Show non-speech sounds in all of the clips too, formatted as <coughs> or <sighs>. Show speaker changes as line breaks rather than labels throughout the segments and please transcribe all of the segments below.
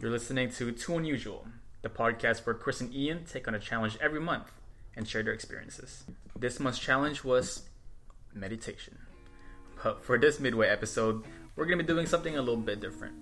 You're listening to Too Unusual, the podcast where Chris and Ian take on a challenge every month and share their experiences. This month's challenge was meditation. But for this midway episode, we're going to be doing something a little bit different.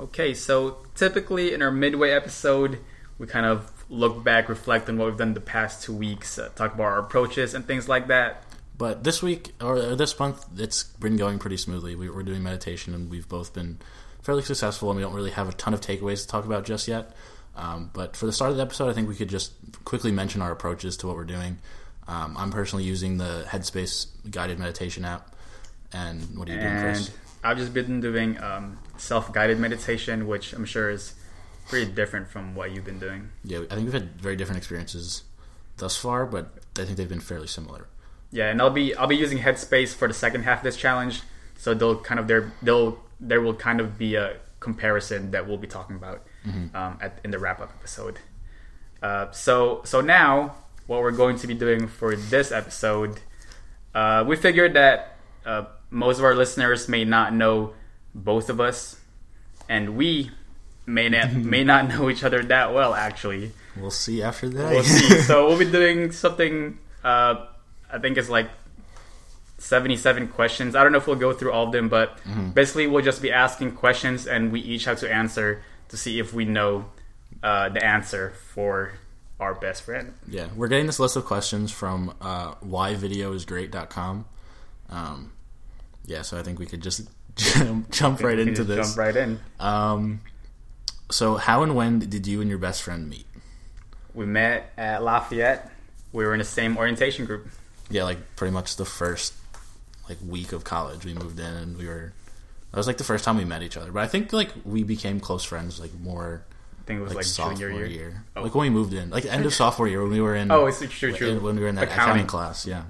Okay, so typically in our midway episode, we kind of look back, reflect on what we've done the past two weeks, uh, talk about our approaches and things like that.
But this week or this month, it's been going pretty smoothly. We, we're doing meditation, and we've both been fairly successful, and we don't really have a ton of takeaways to talk about just yet. Um, but for the start of the episode, I think we could just quickly mention our approaches to what we're doing. Um, I'm personally using the Headspace guided meditation app. And what are you doing,
And
Chris?
I've just been doing um, self guided meditation, which I'm sure is pretty different from what you've been doing.
Yeah, I think we've had very different experiences thus far, but I think they've been fairly similar.
Yeah, and I'll be I'll be using Headspace for the second half of this challenge, so they'll kind of there they'll there will kind of be a comparison that we'll be talking about um, at, in the wrap up episode. Uh, so so now what we're going to be doing for this episode, uh, we figured that uh, most of our listeners may not know both of us, and we may not may not know each other that well actually
We'll see after that.
we'll
<laughs>
see. So we'll be doing something. Uh, I think it's like seventy-seven questions. I don't know if we'll go through all of them, but
Mm-hmm.
basically we'll just be asking questions, and we each have to answer to see if we know uh, the answer for our best friend.
Yeah, we're getting this list of questions from uh, whyvideoisgreat.com. Um, yeah, so I think we could just <laughs> jump, jump right
We can
into
just
this.
Jump right in.
Um, so, how and when did you and your best friend meet?
We met at Lafayette. We were in the same orientation group.
Yeah, like pretty much the first like week of college, we moved in and we were. That was like the first time we met each other, but I think like we became close friends like more
I think it was
like,
like,
sophomore
junior
year,
year.
like when we moved in,
<laughs>
like end of sophomore year when we were in.
Oh, it's true, true.
When we were in that
Accounting.
accounting class, yeah.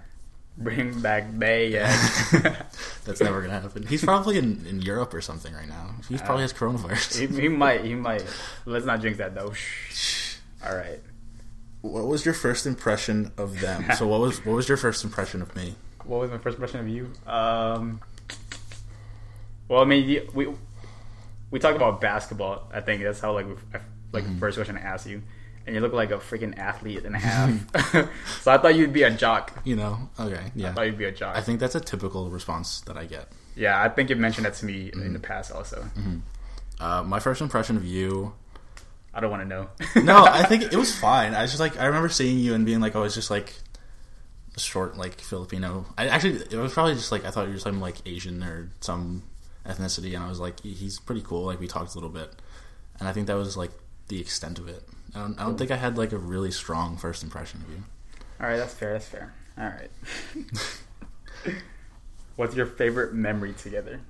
Bring back Bay. Yeah.
<laughs> That's never gonna happen. He's probably in, in Europe or something right now. He probably has
he,
coronavirus.
he might. He might. Let's not drink that though. Shh. All right.
What was your first impression of them? <laughs> so what was what was your first impression of me?
what was my first impression of you? Um, well, I mean, you- we we talked about basketball. I think that's how like we, I- like
Mm-hmm.
the first question I asked you, and you look like a freaking athlete
<laughs>
and a half. <laughs> so I thought you'd be a jock.
You know? Okay. Yeah.
I thought you'd be a jock.
I think that's a typical response that I get.
yeah, I think you mentioned that to me
Mm-hmm.
in the past. Also,
Uh, my first impression of you.
I don't want to know. <laughs>
No, I think it was fine. I was just like I remember seeing you and being like, oh, it's just like a short like Filipino. I actually it was probably just like I thought you were some like Asian or some ethnicity, and I was like, he's pretty cool. Like we talked a little bit, and I think that was like the extent of it. I don't, I don't think I had like a really strong first impression of you.
All right, that's fair. That's fair. All right.
<laughs>
<laughs> What's your favorite memory together?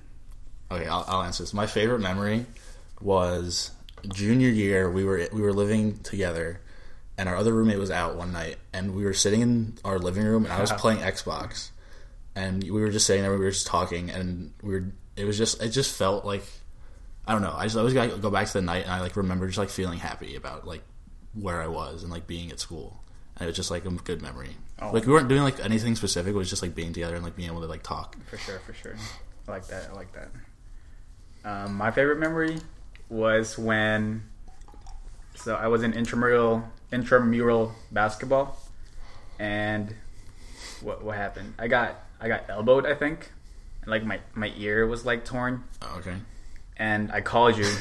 Okay, I'll, I'll answer this. My favorite memory was junior year. We were we were living together, and our other roommate was out one night, and we were sitting in our living room, and I was playing Xbox, and we were just sitting there. We were just talking, and we were. It was just. It just felt like I don't know. I just always got go back to the night, and I like remember just like feeling happy about like where I was and like being at school. And it was just like a good memory.
Oh.
Like we weren't doing like anything specific. It was just like being together and like being able to like talk.
For sure, for sure. I like that. I like that. Um, my favorite memory was when. So I was in intramural intramural basketball, and what what happened? I got I got elbowed, I think, and like my my ear was like torn,
Okay.
and I called
<laughs>
you,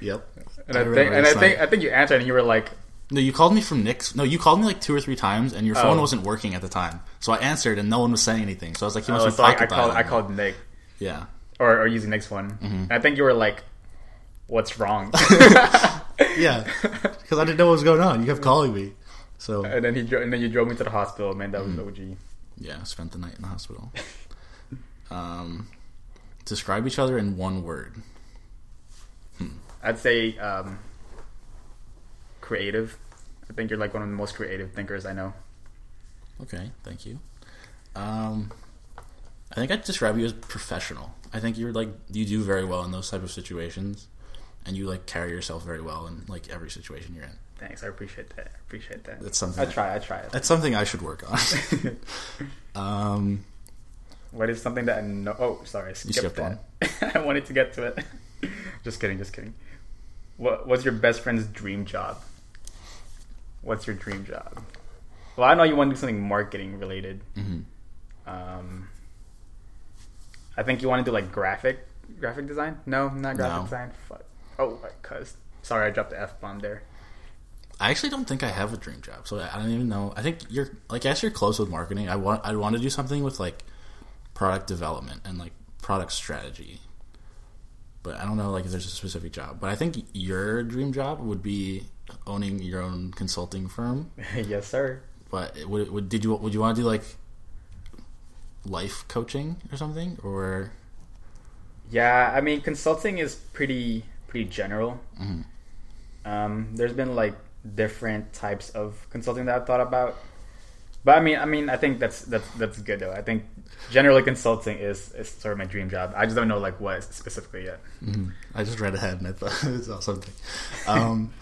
Yep.
and I, think
remember
and I
this
think
night.
I think you answered, and you were like,
No, you called me from Nick's. No, you called me like two or three times, and your phone
Oh.
wasn't working at the time. So I answered, and no one was saying anything. So I was like, "He must
oh,
be
so I, I
pocket
called I
dialing."
called Nick,
Yeah,
or or using Nick's one.
Mm-hmm.
And I think you were like, what's
<laughs>
wrong? <laughs>
yeah, because I didn't know what was going on. You kept calling me, so
and then he dro- and then you drove me to the hospital. Man, that was
Mm-hmm.
OG.
yeah, I spent the night in the hospital. Um, describe each other in one word.
I'd say um, creative. I think you're like one of the most creative thinkers I know.
Okay, thank you. Um, I think I'd describe you as professional. I think you're like you do very well in those type of situations, and you like carry yourself very well in like every situation you're in.
Thanks, I appreciate that. I appreciate that.
That's something.
I try. I try.
That's something I should work on. <laughs> um,
<laughs> What is something that I know? Oh, sorry, I skipped,
skipped
that. <laughs> I wanted to get to it. just kidding. Just kidding. What What's your best friend's dream job? What's your dream job? Well, I know you want to do something marketing related.
Mm-hmm.
Um, I think you want to do like graphic graphic design. No, not graphic
No.
design. Fuck. Oh, I cussed. Sorry, I dropped the f bomb there.
I actually don't think I have a dream job, so I I don't even know. I think you're like, I guess you're close with marketing. I want, I want to do something with like product development and like product strategy, but I don't know like if there's a specific job. But I think your dream job would be owning your own consulting firm.
<laughs> yes, sir.
But it would, would did you would you want to do like life coaching or something or
Yeah, I mean, consulting is pretty pretty general. Um, there's been like different types of consulting that I've thought about, but I mean, I mean, I think that's that's that's good though. I think generally consulting is is sort of my dream job. I just don't know like what specifically yet.
Mm-hmm. I just read ahead and I thought <laughs> it was something. Um,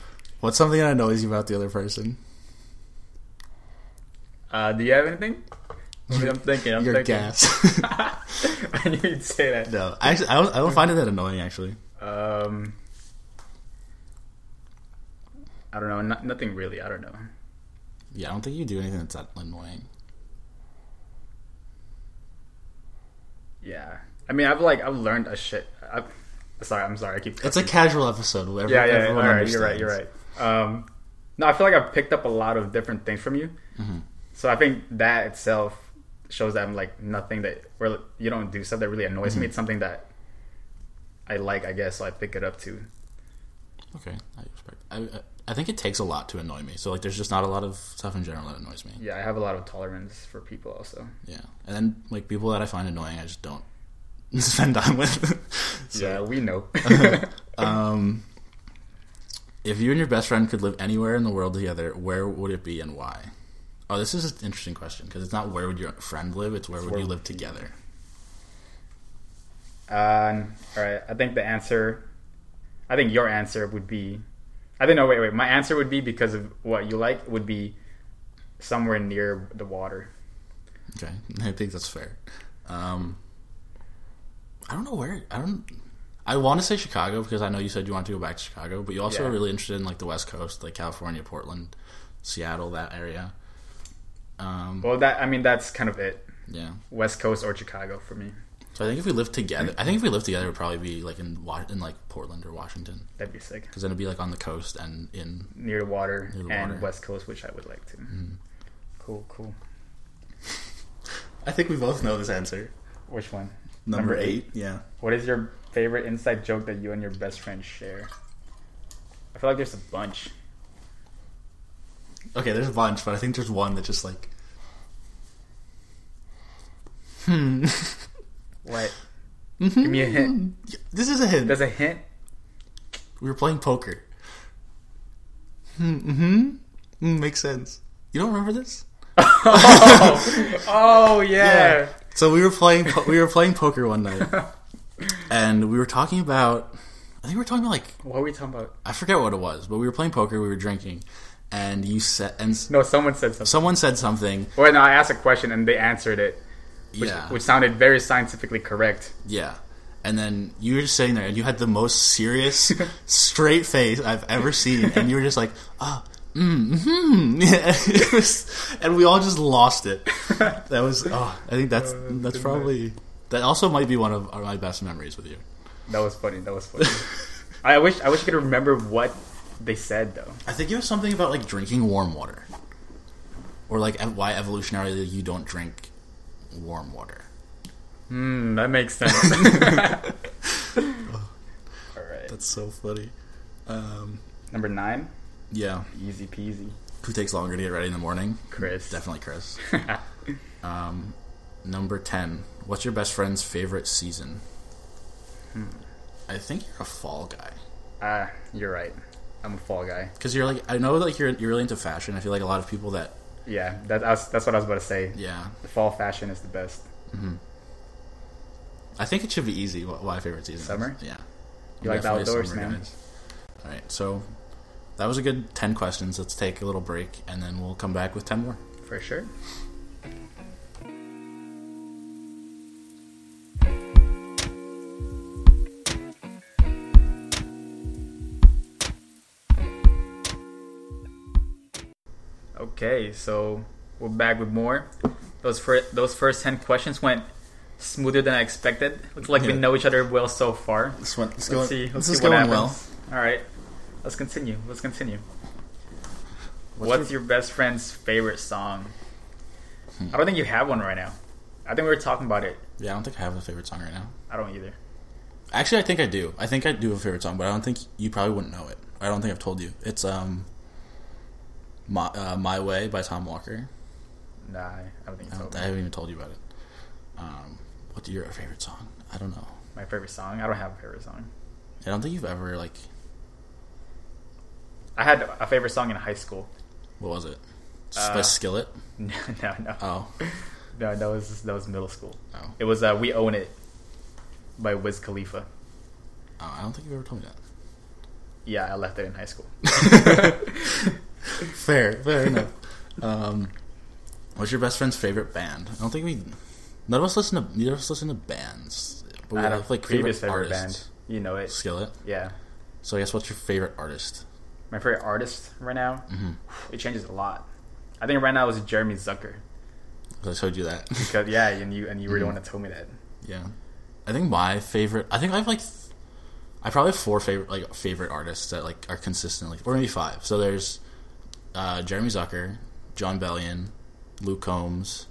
what's something that annoys you about the other person?
Uh, do you have anything? I mean, I'm thinking. I'm
Your
thinking.
gas.
<laughs>
<laughs>
I knew you'd say that.
no, actually, I don't, I don't find it that annoying. Actually,
Um, I don't know. Not, nothing really. I don't know.
yeah, I don't think you do anything that's that annoying.
Yeah. I mean, I've like I've learned a shit. I've, sorry, I'm sorry. I keep.
It's a casual episode. Whatever,
yeah, yeah. All
everyone
right, you're right.
understands.
You're right. Um, no, I feel like I've picked up a lot of different things from you.
Mm-hmm.
So I think that itself shows that I'm like nothing that where you don't do stuff that really annoys
Mm-hmm.
me. It's something that I like, I guess. So I pick it up too.
Okay, I respect. I, I- I think it takes a lot to annoy me. So like, there's just not a lot of stuff in general that annoys me.
Yeah, I have a lot of tolerance for people also.
Yeah, and then like people that I find annoying, I just don't <laughs> spend time with. <laughs> so,
Yeah, we
<laughs>
know.
Um, if you and your best friend could live anywhere in the world together, where would it be and why? Oh, this is an interesting question because it's not where would your friend live; it's where would
where
you
would
live together.
<laughs> Um, all right. I think the answer, I think your answer would be, I think no, wait, wait. My answer would be because of what you like would be somewhere near the water.
Okay, <laughs> I think that's fair. Um, I don't know where I don't. I want to say Chicago because I know you said you want to go back to Chicago, but you also
Yeah.
are really interested in like the West Coast, like California, Portland, Seattle, that area. Um,
Well, that I mean, that's kind of it.
yeah.
West Coast or Chicago for me.
So I think if we lived together, I think if we lived together, it would probably be like in Wa- in like Portland or Washington.
That'd be sick.
because then it'd be like on the coast and in
Near the water
Near the
and
water. Hmm.
West Coast, which I would like to. Cool, cool.
i think we both know this answer
Which one?
number, eight. yeah
What is your favorite inside joke that you and your best friend share? I feel like there's a bunch.
okay there's a bunch but i think there's one that just like hmm
What?
Mm-hmm.
Give me a hint.
this is a hint
There's a hint.
we were playing poker mm-hmm mm, makes sense you don't remember this
<laughs> Oh yeah.
so we were playing po- we were playing poker one
<laughs>
night and we were talking about i think we were talking about like
What are we talking about?
i forget what it was but we were playing poker we were drinking and you said and s-
No, someone said something.
someone said something
Well, no, I asked a question and they answered it,
yeah
which sounded very scientifically correct.
Yeah. And then you were just sitting there and you had the most <laughs> serious, straight face I've ever seen. And you were just like, ah, mm, hmm. <laughs> It was- and we all just lost it. That was, oh, I think that's, that's probably, that also might be one of our- my best memories <laughs> with you.
That was funny. That was <laughs> funny. I wish I wish I could remember what they said though.
I think it was something about like drinking warm water. Or like ev- why evolutionarily you don't drink warm water.
Hmm, that makes sense. <laughs> All right,
That's so funny. Um,
number nine,
yeah.
easy peasy.
Who takes longer to get ready in the morning?
Chris,
Definitely <laughs> Chris. um, number 10. What's your best friend's favorite season? Hmm. I think you're a fall guy.
ah, you're right. I'm a fall guy.
Because you're like, I know like you're, you're really into fashion. I feel like a lot of people that,
Yeah, that, I was, that's what I was about to say.
yeah.
The fall fashion is the best.
I think it should be easy what, what my favorite season is.
Summer?
Yeah.
You like the
Definitely
outdoors,
summer
man.
guys. All right, so that was a good 10 questions. Let's take a little break and then we'll come back with 10 more.
for sure. Okay, so we're back with more. Those fir- those first ten questions went smoother than I expected. Looks like we
Yeah.
know each other well so far.
This one, this
Let's see. Let's
this is
see what
going
happens.
well.
All right, let's continue. Let's continue.
What's
What's,
your-
your best friend's favorite song?
Hmm.
I don't think you have one right now. I think we were talking about it.
Yeah, I don't think I have a favorite song right now.
I don't either.
Actually, I think I do. I think I do have a favorite song, but I don't think you probably wouldn't know it. I don't think I've told you. It's um, my uh, my way by Tom Walker.
Nah, I don't think
I,
it's
don't,
over.
I haven't even told you about it. Um, what's your favorite song? I don't know.
my favorite song. I don't have a favorite song.
I don't think you've ever like.
I had a favorite song in high school. <laughs>
What was it?
Uh,
by Skillet.
No, no, no,
Oh,
no. That was that was middle school.
no. Oh,
It was uh, "We Own It" by Wiz Khalifa.
I don't think you've ever told me that.
Yeah, I left it in high school. <laughs>
<laughs> Fair, fair enough. Um, what's your best friend's favorite band? I don't think we. None of us listen to. Neither of us listen to bands. But we
I
have
don't
like
previous favorite band.
artists.
You know it.
Skillet.
Yeah,
So I guess what's your favorite artist?
my favorite artist right now.
Mhm.
It changes a lot. I think right now is Jeremy Zucker.
'Cause I showed you that. <laughs>
Cause yeah, and you and you were the one that told me that.
yeah. I think my favorite. I think I have like. th- I probably have four favorite like favorite artists that like are consistently, or maybe five. So there's uh, Jeremy Zucker, John Bellion, Luke Combs,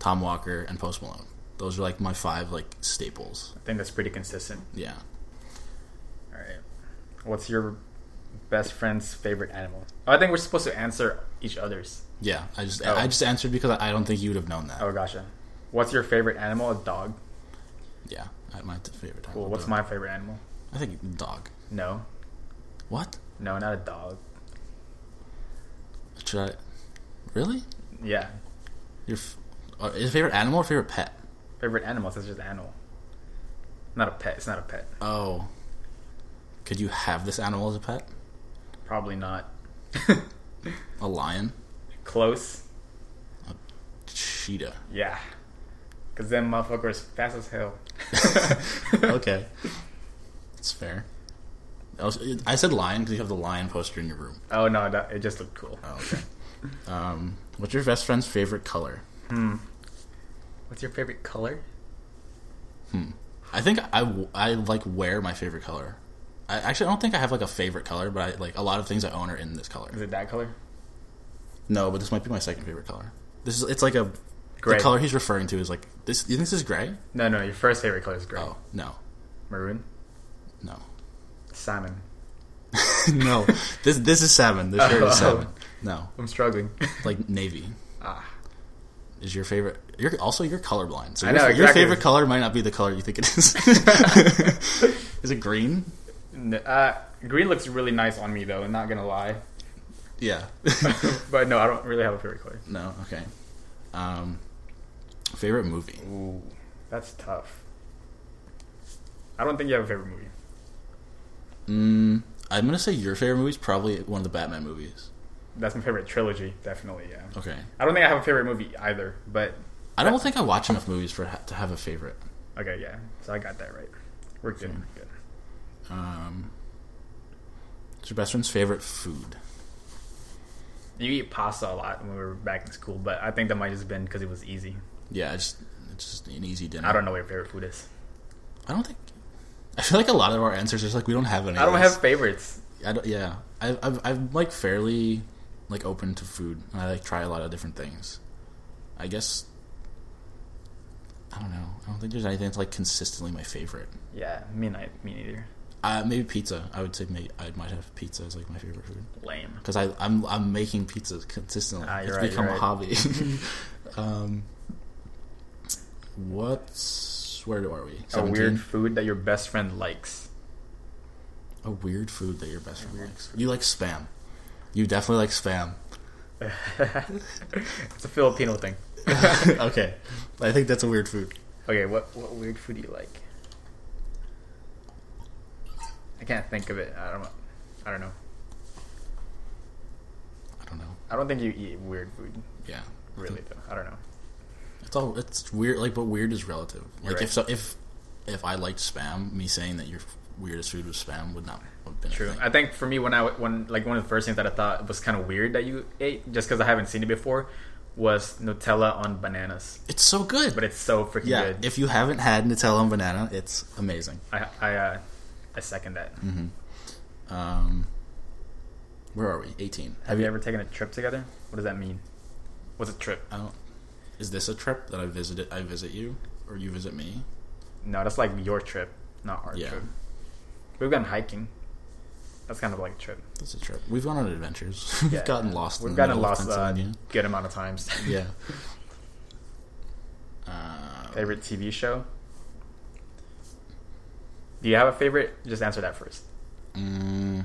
Tom Walker, and Post Malone. Those are like my five like staples.
I think that's pretty consistent.
Yeah.
All right. What's your best friend's favorite animal? Oh, I think we're supposed to answer each other's.
Yeah, I just
Oh.
I just answered because I don't think you would have known that.
Oh gosh. yeah. What's your favorite animal? A dog.
Yeah, I, my t- favorite. Time
Cool. What's my favorite animal?
I think dog.
No.
What
No, not a dog.
should I? Really?
Yeah.
Your f- uh, is favorite animal or favorite pet?
Favorite animal. It's just an animal. Not a pet. It's not a pet.
Oh, could you have this animal as a pet?
Probably not.
A lion,
Close.
cheetah.
Yeah. Cause them motherfuckers fast as hell.
<laughs>
<laughs>
okay, that's fair. I, was, I said lion because you have the lion poster in your room.
Oh no, that, it just looked cool.
Oh, okay. <laughs> um, what's your best friend's favorite color?
What's your favorite color?
I think I, w- I, like wear my favorite color. I actually I don't think I have like a favorite color, but I like a lot of things I own are in this color.
Is it that color?
No, but this might be my second favorite color. This is it's like a
Gray.
the color he's referring to is like this. You think this is gray?
No, no. Your first favorite color is gray.
Oh no,
Maroon.
no,
Salmon.
<laughs> no. This this is salmon. This shirt
Oh.
is salmon. No,
I'm struggling.
like navy
<laughs> ah,
is your favorite. You're also you're colorblind, so
I
your,
know,
your
exactly.
favorite color might not be the color you think it <laughs> is. is it green?
N- uh, green looks really nice on me though. I'm not gonna lie, <laughs>
<laughs> Yeah.
but no, I don't really have a favorite color.
no. Okay. Um, favorite movie.
Ooh, that's tough. I don't think you have a favorite movie.
Mm, I'm gonna say your favorite movie is probably one of the Batman movies.
That's my favorite trilogy, definitely. Yeah,
Okay.
I don't think I have a favorite movie either, but
I don't think I watch enough movies for ha- to have a favorite.
okay, yeah. So I got that right. We're good.
Hmm.
good.
Um, what's your best friend's favorite food?
You eat pasta a lot when we were back in school, but I think that might have just been because it was easy.
Yeah, it's it's just an easy dinner.
I don't know what your favorite food is.
I don't think. I feel like a lot of our answers are just like we don't have any.
I don't
of
have
this.
favorites.
I don't, yeah, I, I've I'm like fairly like open to food, and I like try a lot of different things. I guess. I don't know. I don't think there's anything that's like consistently my favorite.
Yeah, me neither. Me neither.
Uh, maybe pizza. I would say maybe I might have pizza as like my favorite food.
Lame.
because I'm I'm making pizzas consistently.
Ah,
it's
you're right,
become
you're
a
right. <laughs>
hobby. <laughs> um, what's where do- are we?
A
17?
weird food that your best friend likes. <laughs>
a weird food that your best friend
weird
likes. You like spam. You definitely
<laughs>
like spam.
It's a Filipino thing.
okay, I think that's a weird food.
Okay, what what weird food do you like? I can't think of it. I don't. I don't know. I don't think you eat weird food,
Yeah,
really. Though I don't know.
it's all it's weird. Like, but weird is relative. Like
right.
if so, if if I liked spam, me saying that your weirdest food was spam would not have been
True.
A thing.
I think for me, when I when like one of the first things that I thought was kind of weird that you ate, just because I haven't seen it before, was Nutella on bananas.
It's so good.
But it's so freaking
yeah,
good.
if you haven't had Nutella and banana, it's amazing.
I I uh, I second that.
Um, where are we? Eighteen.
Have you ever taken a trip together? What does that mean? What's a trip?
I don't, is this a trip that I visited? I visit you, or you visit me?
No, that's like your trip, not our
Yeah.
trip. We've gone hiking. That's kind of like a trip.
That's a trip. We've gone on adventures. <laughs> We've
Yeah.
gotten lost.
We've
in the
gotten
middle of
lost uh, a
Pennsylvania.
good amount of times.
yeah. Uh,
favorite TV show? Do you have a favorite? Just answer that first.
mm,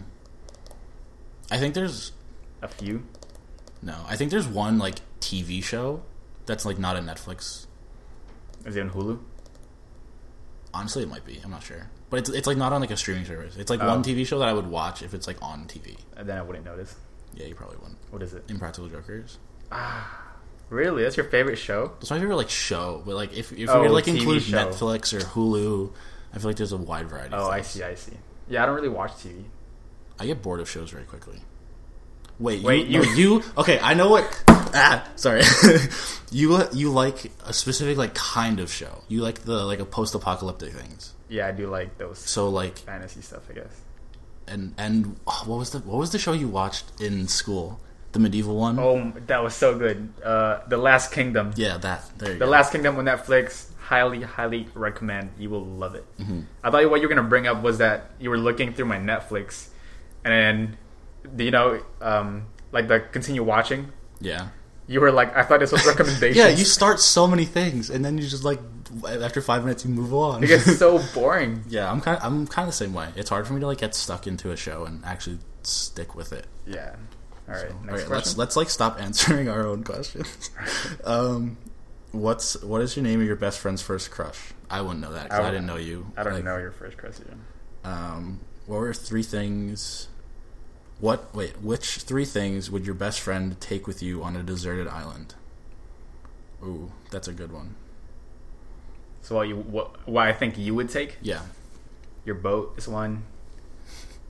I think there's
A few.
no. I think there's one like TV show that's like not a Netflix.
Is it on Hulu?
Honestly, it might be. I'm not sure, but it's it's like not on like a streaming service. It's like
Oh.
one TV show that I would watch if it's like on TV.
And Uh, then I wouldn't notice.
Yeah, you probably wouldn't.
What is it?
Impractical Jokers.
Really? That's your favorite show?
That's my favorite like show, but like if if
Oh,
we were, like
TV
include
show.
Netflix or Hulu, I feel like there's a wide variety.
Oh,
of
I
things.
see. I see. Yeah, I don't really watch TV.
I get bored of shows very quickly. Wait,
Wait,
you,
you-
no, you okay? I know what. Ah, sorry. <laughs> you you like a specific like kind of show. You like the like a post apocalyptic things.
Yeah, I do like those
So like
fantasy stuff. I guess.
and and oh, what was the what was the show you watched in school? The medieval one.
Oh, m- that was so good. Uh, the Last Kingdom.
Yeah, that there you
The
go.
Last Kingdom on Netflix. Highly, highly recommend. You will love it. I thought what you were gonna bring up was that you were looking through my Netflix, and do you know, um, like the continue watching.
yeah.
You were like, I thought this <laughs> was recommendations.
Yeah, you start so many things, and then you just like after five minutes you move on.
it <laughs> gets so boring.
<laughs> yeah, I'm kind of, I'm kind of the same way. It's hard for me to like get stuck into a show and actually stick with it.
Yeah. All right. next
All right,
question.
let's let's like stop <laughs> answering our own
<laughs>
questions. um, what's what is your name of your best friend's first crush? I wouldn't know that 'cause I,
I-
didn't know you.
I don't
Like,
know your first question.
Um, what were three things? What wait? Which three things would your best friend take with you on a deserted island? Ooh, that's a good one.
So what you what, what I think you would take
Yeah,
your boat is one,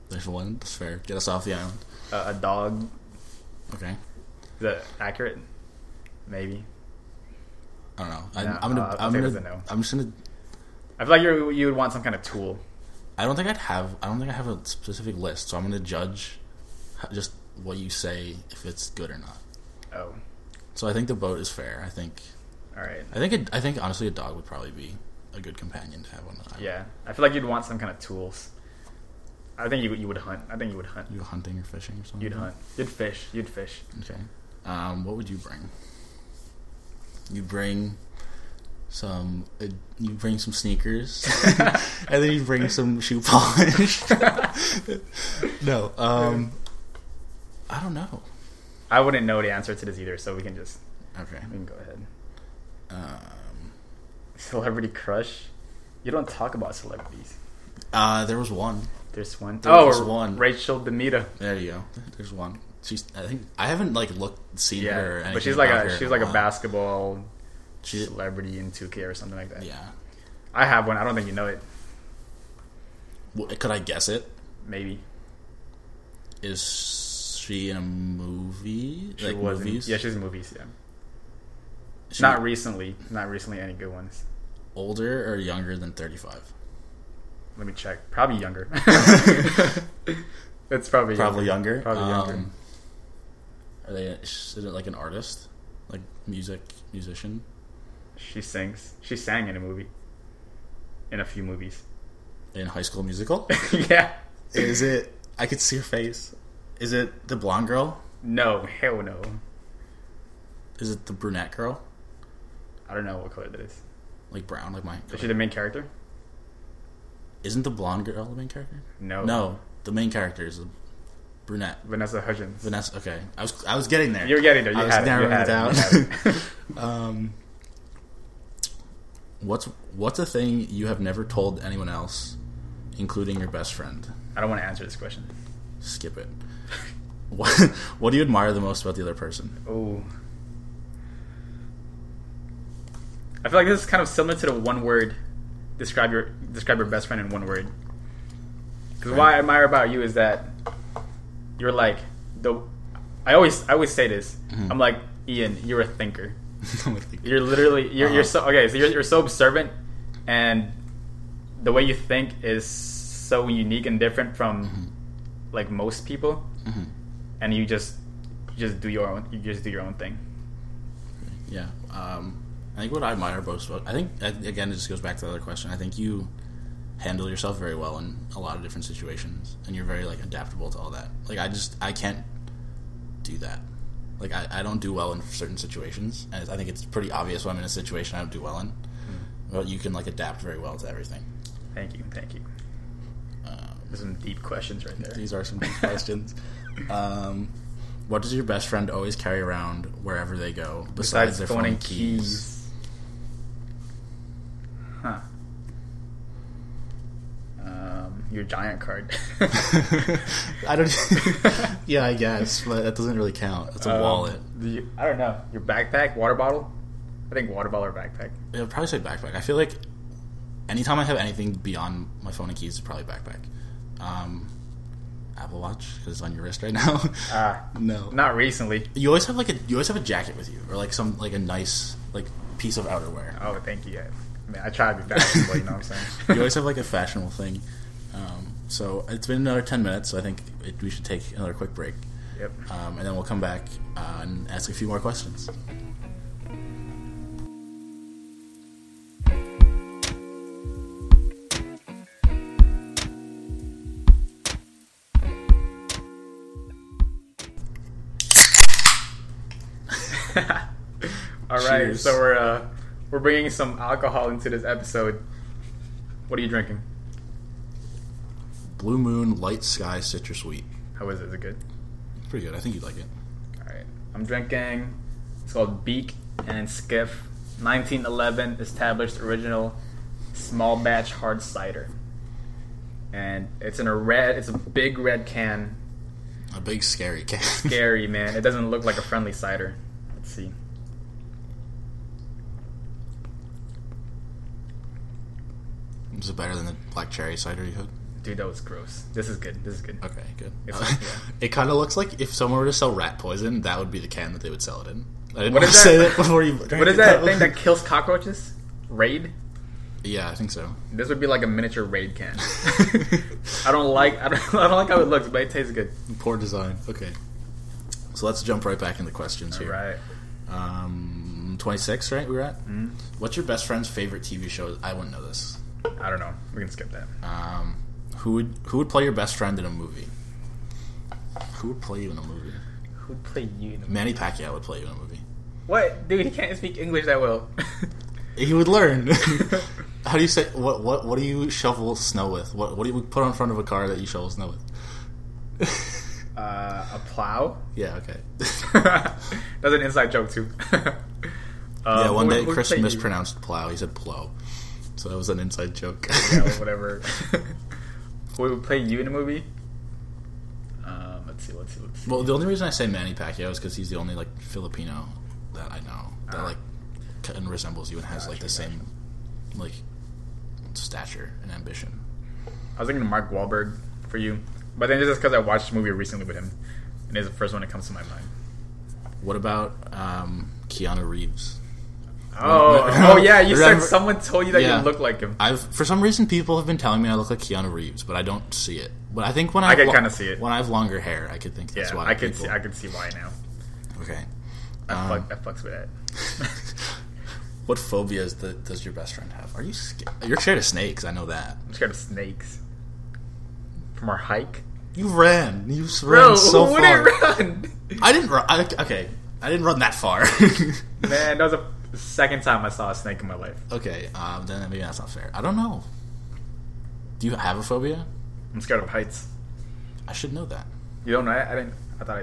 there's one. That's fair. Get us off the island.
uh, a dog.
Okay.
Is that accurate? Maybe.
I don't know. I'm,
Yeah,
I'm gonna.
uh, I'll
I'm
take it
gonna.
as a no.
I'm just gonna.
I feel like you you would want some kind of tool.
I don't think I'd have. I don't think I have a specific list, so I'm going to judge h- just what you say if it's good or not.
Oh,
So I think the boat is fair. I think.
all right.
I think. A, I think honestly, a dog would probably be a good companion to have on the island.
Yeah, I feel like you'd want some kind of tools. I think you you would hunt. I think you would hunt.
You hunting or fishing or something.
You'd
like
hunt. You'd fish. You'd fish.
that? Okay. Um, what would you bring? You bring some. Uh, you bring some sneakers, <laughs> and then you bring some shoe polish. <laughs> no. Um. I don't know.
I wouldn't know the answer to this either, so we can just
Okay.
we can go ahead. <laughs>
Um.
Celebrity crush. You don't talk about celebrities.
Uh, there was one.
There's one.
There
oh,
was one.
Rachel Demita.
There you go. There's one. She's. I think I haven't like looked seen her. or
Yeah,
anything
but she's like
about her
a
in
she's like a
while.
basketball
She's
celebrity in 2K or something like that.
yeah.
I have one. I don't think you know it.
Wh- Could I guess it?
Maybe
Is she in a movie?
she
like
was. in-
movies?
yeah, she's in movies. Yeah,
She
not recently. Not recently any good ones.
older or younger than thirty-five.
Let me check. Probably
<laughs>
younger. it's probably
Probably younger.
Probably younger.
Um, Are they? Is it like an artist? Like music musician?
She sings. She sang in a movie. In a few movies. <laughs>
In High School Musical?
yeah.
<laughs> is it? I could see her face. Is it the blonde girl?
No, hell no.
Is it the brunette girl?
I don't know what color that is.
Like brown, like my.
Is she the main character?
Isn't the blonde girl the main character?
No.
No, the main character is a brunette.
Vanessa Hudgens.
Vanessa. Okay, I was I was getting there.
You're getting there. You
I was
had it. You
narrowing
had
it
it.
down.
You
<laughs>
had it.
um, what's what's a thing you have never told anyone else, including your best friend?
I don't want to answer this question.
Skip it. <laughs> What, what do you admire the most about the other person? <laughs>
Oh. I feel like this is kind of similar to the one word describe your describe your best friend in one word. Because why I admire about you is that you're like the. I always I always say this. I'm like Ian. You're a thinker.
I'm like,
You're literally you're,
Uh-huh.
you're so okay. So you're, you're so observant, and the way you think is so unique and different from
Mm-hmm.
like most people. And you just you just do your own you just do your own thing.
Yeah. Um, I think what I admire most about I think I- again it just goes back to the other question. I think you handle yourself very well in a lot of different situations, and you're very like adaptable to all that. Like I just I can't do that. Like I, I don't do well in certain situations, and I think it's pretty obvious when I'm in a situation I don't do well in.
Hmm.
But you can like adapt very well to everything. Um,
Thank you, thank you. There's some deep questions right there.
These are some good
<laughs>
questions. Um, what does your best friend always carry around wherever they go
Besides
besides, their
phone and keys. Huh. Um, your giant card.
<laughs>
<laughs>
I don't. <laughs> yeah, I guess, but that doesn't really count. It's a
Um,
wallet.
do you- I don't know. Your backpack, water bottle. I think water bottle or backpack.
It would probably say backpack. I feel like anytime I have anything beyond my phone and keys, it's probably backpack. Um, Apple Watch because it's on your wrist right now.
Ah,
<laughs> no,
not recently.
you always have like a you always have a jacket with you or like some like a nice like piece of outerwear.
<laughs> Oh, thank you. I mean, I try to be fashionable. you know what I'm
you
saying?
<laughs> always have like a fashionable thing. Um, so it's been another ten minutes. So I think it, we should take another quick break,
yep.
um, and then we'll come back uh, and ask a few more questions.
<laughs> All right.
Cheers.
So we're uh, we're bringing some alcohol into this episode. What are you drinking?
Blue Moon Light Sky Citrus Wheat.
How is it? Is it good?
Pretty good. I think you'd like it.
Alright. I'm drinking. It's called Beak and Skiff. 1911 established original small batch hard cider. And it's in a red, it's a big red can.
A big scary <laughs> cat.
Scary, <laughs> man. It doesn't look like a friendly cider. Let's see.
Is it better than the black cherry cider you had?
Dude, that was gross. This is good. This is good.
Okay, good.
It's-
Uh,
yeah.
<laughs> It kind of looks like if someone were to sell rat poison, that would be the can that they would sell it in. I didn't
What
want to
is
<laughs> say
that-
that before you.
What is that thing
<laughs>
that kills cockroaches? Raid?
Yeah, I think so.
This would be like a miniature raid
<laughs>
can. <laughs> I don't like I don't, <laughs> I don't like how it looks, but it tastes good.
<laughs> Poor design. Okay. So let's jump right back into questions
All
here.
right.
Um, 26, right? We were at? Mm-hmm. What's your best friend's favorite TV show? I wouldn't know this.
I don't know. We can skip that.
Um, who would who would play your best friend in a movie? Who would play you in a movie?
Who played you in the
Manny Pacquiao would play you in a movie.
What? Dude, he can't speak English that well. <laughs>
He would learn. <laughs> How do you say what? What? What do you shovel snow with? What? What do you put on front of a car that you shovel snow with? <laughs>
uh, a plow? <laughs>
yeah. <laughs> Okay.
That's an inside joke, too. <laughs> um,
yeah. One
who-
day,
who
Chris
played you?
mispronounced plow. He said plow. So that was an inside joke.
<laughs> Yeah,
<laughs>
well, whatever. <laughs> who would play you in a movie? Um, let's see, let's see, let's see.
well, the only reason I say Manny Pacquiao is because he's the only like Filipino that I know that
Ah.
like kind of resembles you and has like the
Gotcha,
same like stature and ambition.
I was thinking Mark Wahlberg for you. But then just because I watched a movie recently with him. And it's the first one that comes to my mind.
What about um, Keanu Reeves? <laughs>
Oh, oh yeah, you said
Remember-
someone told you that
Yeah.
you look like him.
I've for some reason people have been telling me I look like Keanu Reeves, but I don't see it. But I think when I,
I can
lo-
kinda see it.
when I have longer hair. I could think that's
yeah,
why.
I could
people-
see, I could see why now.
okay.
I,
Um, <laughs>
fuck, I fucks with that.
what phobias th- does your best friend have? Are you scared? You're scared of snakes. I know that.
I'm scared of snakes. From our hike.
You ran. You s- ran
Bro,
so
who
far.
wouldn't run?
I didn't run. I, okay, I didn't run that far.
<laughs>
<laughs>
Man, that was the second time I saw a snake in my life.
okay, um, then maybe that's not fair. I don't know. Do you have a phobia?
I'm scared of heights.
I should know that.
You don't know? I, I didn't. I thought I.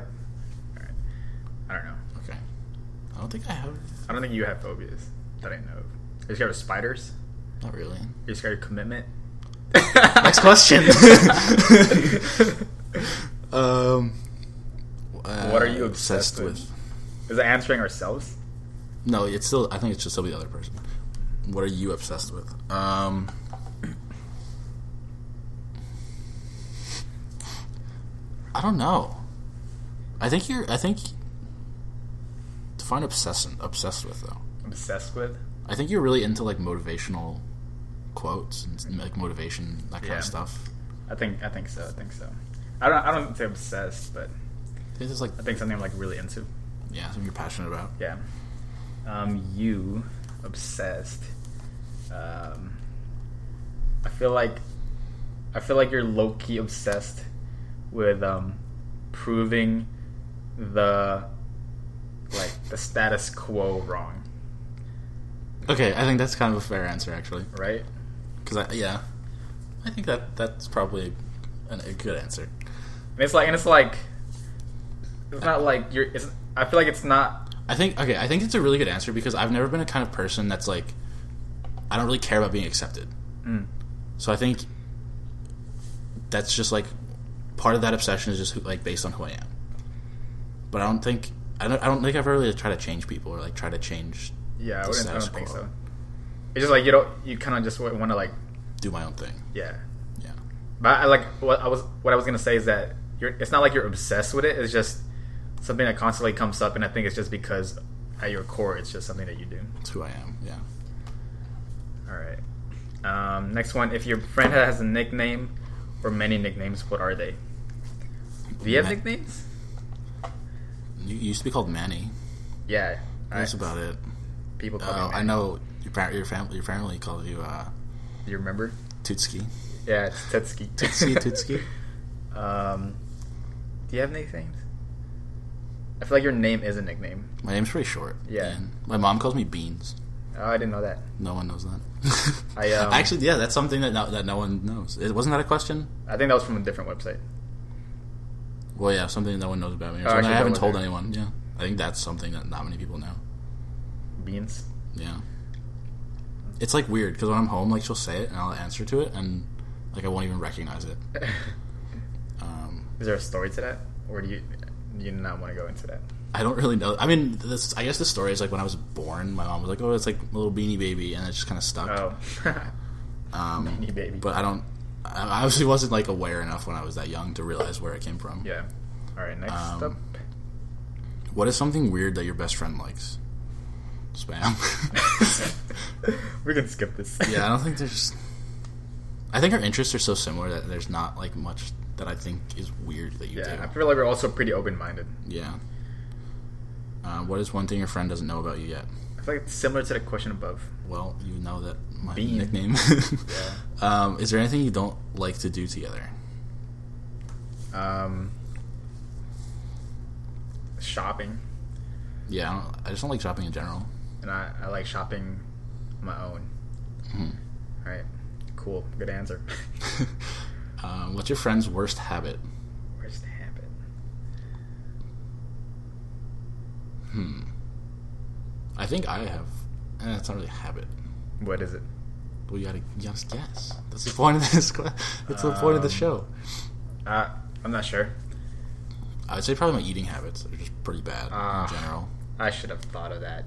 Alright. I don't know.
Okay. I don't think I have.
I don't think you have phobias that I know of. Are you scared of spiders? <laughs>
Not really.
Are you scared of commitment? <laughs>
Next question. <laughs> Um,
what are you obsessed, with? Is it answering ourselves?
No, it's still. I think it should still be the other person. What are you obsessed with? Um, I don't know. I think you're. I think define obsessed obsessed with though.
Obsessed with?
I think you're really into like motivational quotes and like motivation that kind
Yeah.
of stuff.
I think I think so. I think so. I don't I don't say obsessed, but
I think there's like
I think something I'm like really into.
yeah, something you're passionate about.
Yeah. Um, you obsessed. Um, I feel like I feel like you're low key obsessed with um, proving the like the status quo wrong,
Okay, I think that's kind of a fair answer actually.
right?
Because I yeah, I think that that's probably an, a good answer.
And it's like and it's like it's not like you're. It's, I feel like it's not.
I think okay, I think it's a really good answer because I've never been a kind of person that's like I don't really care about being accepted.
Mm.
So I think that's just like part of that obsession is just who, like based on who I am. But I don't think I don't I don't think I've ever really tried to change people or like try to change
Yeah, I,
The
wouldn't, I
status
don't think
quo.
so. It's just like you don't. You kind of just want to like
do my own thing.
yeah.
Yeah.
But I like what I was what I was gonna say is that you're it's not like you're obsessed with it. It's just something that constantly comes up, and I think it's just because at your core, it's just something that you do.
It's who I am. Yeah.
All right. Um, next one. If your friend has a nickname or many nicknames, what are they? Do you have
Ma-
nicknames?
You you used to be called Manny.
Yeah. All
That's
right.
about it.
People call
Oh,
me.
I
Manny.
know your par- your family your family called you uh
Do you remember?
Tootski.
Yeah, it's Tetsuki. <laughs>
Tootski Tootski.
um, do you have nicknames? I feel like your name is a nickname.
My name's pretty short.
Yeah.
and my mom calls me Beans.
Oh, I didn't know that.
No one knows that.
<laughs> I, um,
<laughs> actually, yeah, that's something that no, that no one knows. It wasn't that a question.
I think that was from a different website.
Well, yeah, something no one knows about me. Or
Oh,
something
actually,
I
that
haven't
was
told
there.
anyone. Yeah, I think that's something that not many people know. <laughs>
Beans.
Yeah, it's like weird because when I'm home, like she'll say it and I'll answer to it, and like I won't even recognize it. Um,
Is there a story to that, or do you do you not want to go into that?
I don't really know. I mean, this I guess the story is like when I was born, my mom was like, "Oh, it's like a little beanie baby," and it just kind of stuck.
Oh, <laughs>
um,
Beanie baby.
But I don't. I I obviously wasn't like aware enough when I was that young to realize where it came from.
yeah. All right, next
Um,
up. <laughs>
What is something weird that your best friend likes? Spam. <laughs>
We're gonna skip this.
yeah, I don't think there's. I think our interests are so similar that there's not like much that I think is weird that
<laughs>
you
yeah. I
do.
feel like we're also pretty open minded.
Yeah. Uh, what is one thing your friend doesn't know about you yet?
I feel like it's similar to the question above.
Well, you know that my
Bean. <laughs>
nickname. <laughs> um, is there anything you don't like to do together?
Um, shopping,
Yeah, I, don't, I just don't like shopping in general.
and I, I like shopping on my own.
Hmm. <laughs>
All right, cool, good answer. <laughs>
Um, what's your friend's worst habit?
Where's the habit?
Hmm. I think I have. Eh, it's not really a habit.
What is it?
Well, you gotta, you gotta guess. That's the point of this. <laughs> que- That's the point of the
Um,
show.
Uh, I'm not sure.
I would say probably my eating habits are just pretty bad
Ah.
in general.
I should have thought of that,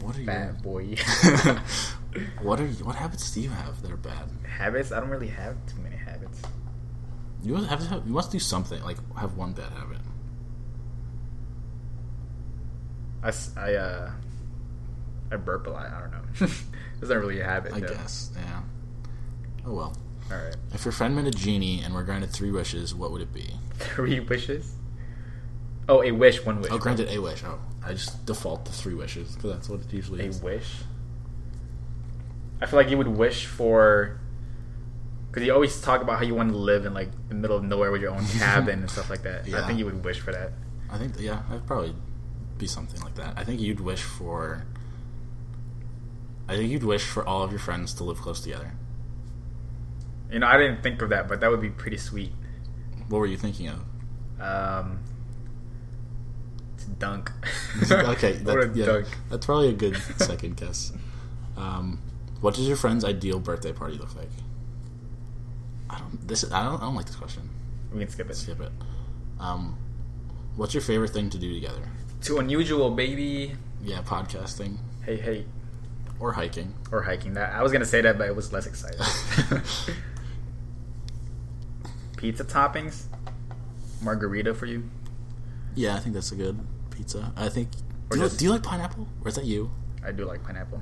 What are
bad boy.
you? <laughs> what are you? What habits do you have that are bad?
habits? I don't really have too many habits.
You must have, to have you must do something like have one bad habit.
I, s- I, uh, I burp a lot. I don't
<laughs>
know. It's not really a habit.
I
though.
guess. Yeah. Oh well.
All right.
If your friend met a genie and were granted three wishes, what would it be?
<laughs> Three wishes. Oh, a wish, one wish.
Oh, granted a wish. Oh, I just default to three wishes because that's what it usually
A
is.
wish. I feel like you would wish for. Because you always talk about how you want to live in like the middle of nowhere with your
<laughs>
own cabin and stuff like that.
Yeah.
I think you would wish for that.
I think yeah, I'd probably be something like that. I think you'd wish for. I think you'd wish for all of your friends to live close together.
You know, I didn't think of that, but that would be pretty sweet.
What were you thinking of?
Um, to dunk.
okay,
<laughs> What a
that, yeah,
dunk.
that's probably a good second guess. Um, what does your friend's ideal birthday party look like? I don't. This I don't. I don't like this question.
We can skip it.
Skip it. Um, What's your favorite thing to do together?
Too unusual, baby.
Yeah, podcasting
Hey, hey,
or hiking.
or hiking. That I was gonna say that, but it was less
<laughs>
exciting. Pizza toppings, margarita for you.
Yeah, I think that's a good pizza. I think.
Or
Do you,
just-
do you like pineapple? Or is that you?
I do like pineapple.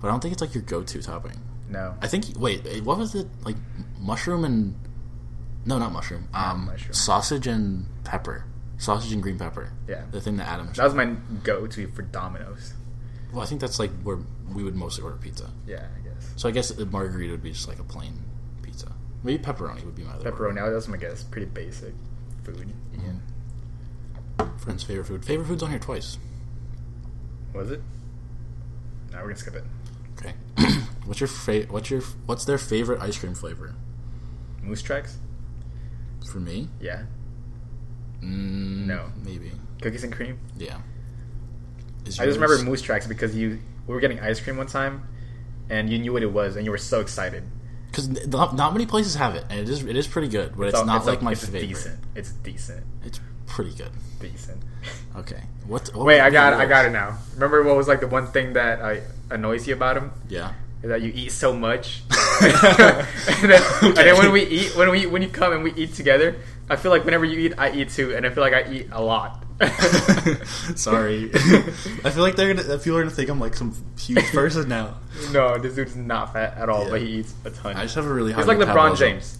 But I don't think it's like your go-to topping.
No,
I think. Wait, eh, what was it? Like mushroom and no, not mushroom. Um,
mushroom.
sausage and pepper. Sausage and green pepper.
Yeah.
the thing that Adam.
that was my go-to for Domino's.
well, I think that's like where we would mostly order pizza.
Yeah, I guess
So I guess the margarita would be just like a plain pizza. Maybe pepperoni would be my other order.
pepperoni. That was my guess. Pretty basic food.
Mm-hmm. Friend's favorite food. Favorite food's on here twice.
Was it? No, we're gonna skip it.
Okay. <clears throat> what's your fa- What's your What's their favorite ice cream flavor?
Moose tracks?
For me,
Yeah.
mm,
No.
maybe.
Cookies and cream?
Yeah. Is
I just
yours-
remember moose tracks because you we were getting ice cream one time, and you knew what it was, and you were so excited.
because not, not many places have it, and it is it is pretty good, but it's,
So
not like my
it's
favorite.
Decent. It's decent.
It's pretty good.
Decent.
Okay. What? Uh,
<laughs>
what
Wait,
would
I
be
got I
yours?
got it now. Remember what was like the one thing that I annoys you about him <laughs>
Yeah. <laughs>
is that you eat so much. <laughs> and,
<laughs>
then, and then when we eat, when we when you come and we eat together, I feel like whenever you eat, I eat too, and I feel like I eat a lot.
<laughs>
<laughs>
Sorry. <laughs> I feel like they're gonna. People are gonna think I'm like some huge
<laughs>
person now.
No, this dude's not fat at all,
Yeah.
but he eats a ton.
I just have a really high.
he's like LeBron
metabolism.
James.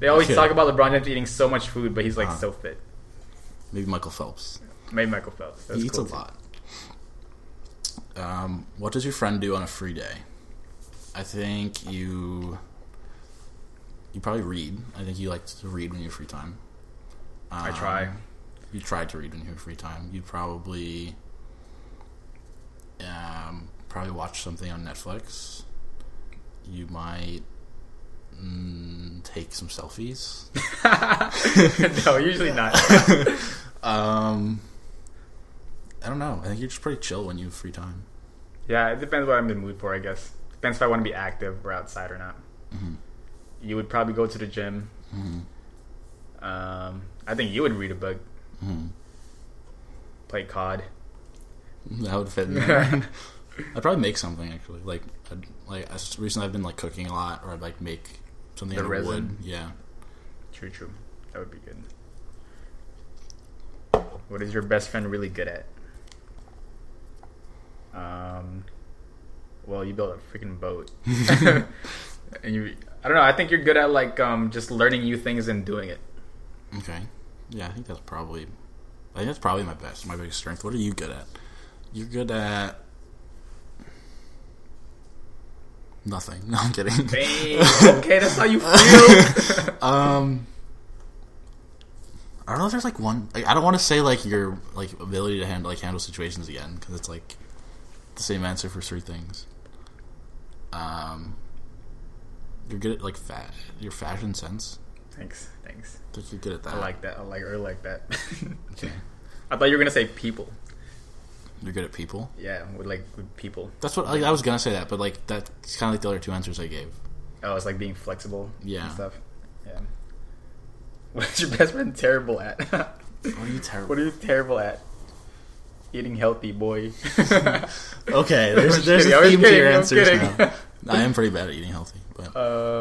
They always
Okay.
talk about LeBron James eating so much food, but he's like
Uh-huh.
so fit.
Maybe Michael Phelps.
Maybe Michael Phelps. That's
he eats
cool
a
too.
lot. Um, what does your friend do on a free day? I think you. You probably read. I think you like to read when you have free time. Um,
I try.
You try to read when you have free time. You probably. Um, probably watch something on Netflix. You might. Mm, take some selfies.
<laughs> no,
<laughs>
usually not.
Um, I don't know. I think you're just pretty chill when you have free time.
Yeah, it depends what I'm in the mood for, I guess. Depends if I want to be active or outside or not. Mm-hmm. You would probably go to the gym. Um, I think you would read a book, Mm-hmm. play COD.
That would fit. in there. I'd probably make something actually. Like, I'd, like I s- recently I've been like cooking a lot, or I'd like make something
The
out of wood.
resin.
Yeah.
True, true. That would be good. What is your best friend really good at? Um, well, you built a freaking
<laughs>
boat, <laughs> and you. I don't know. I think you're good at like um just learning new things and doing <laughs> it.
Okay. Yeah, I think that's probably. I think that's probably my best, my biggest strength. What are you good at? You're good at nothing. <laughs> No, I'm kidding.
Bang. okay, that's how <laughs> you feel.
Um, I don't know if there's like one. Like, I don't want to say like your like ability to handle like handle situations again because it's like the same answer for three things. Um, you're good at like fat your fashion sense.
thanks, thanks.
I think you're good at that.
I like that. I like. I like <laughs> that.
okay.
I thought you were gonna say people.
You're good at people.
Yeah, with like with people.
That's what like, I was gonna say that, but like that's kind of like the other two answers I gave.
Oh, it's like being flexible.
Yeah.
And stuff. Yeah. <laughs> What's your best friend terrible at? <laughs>
What are you terrible?
What are you terrible at? Eating healthy, boy.
<laughs>
<laughs>
okay,
I'm
there's,
just
there's
kidding,
a
I'm
theme
just
to your
kidding, I'm
answers
kidding.
now. I am pretty bad at eating healthy, but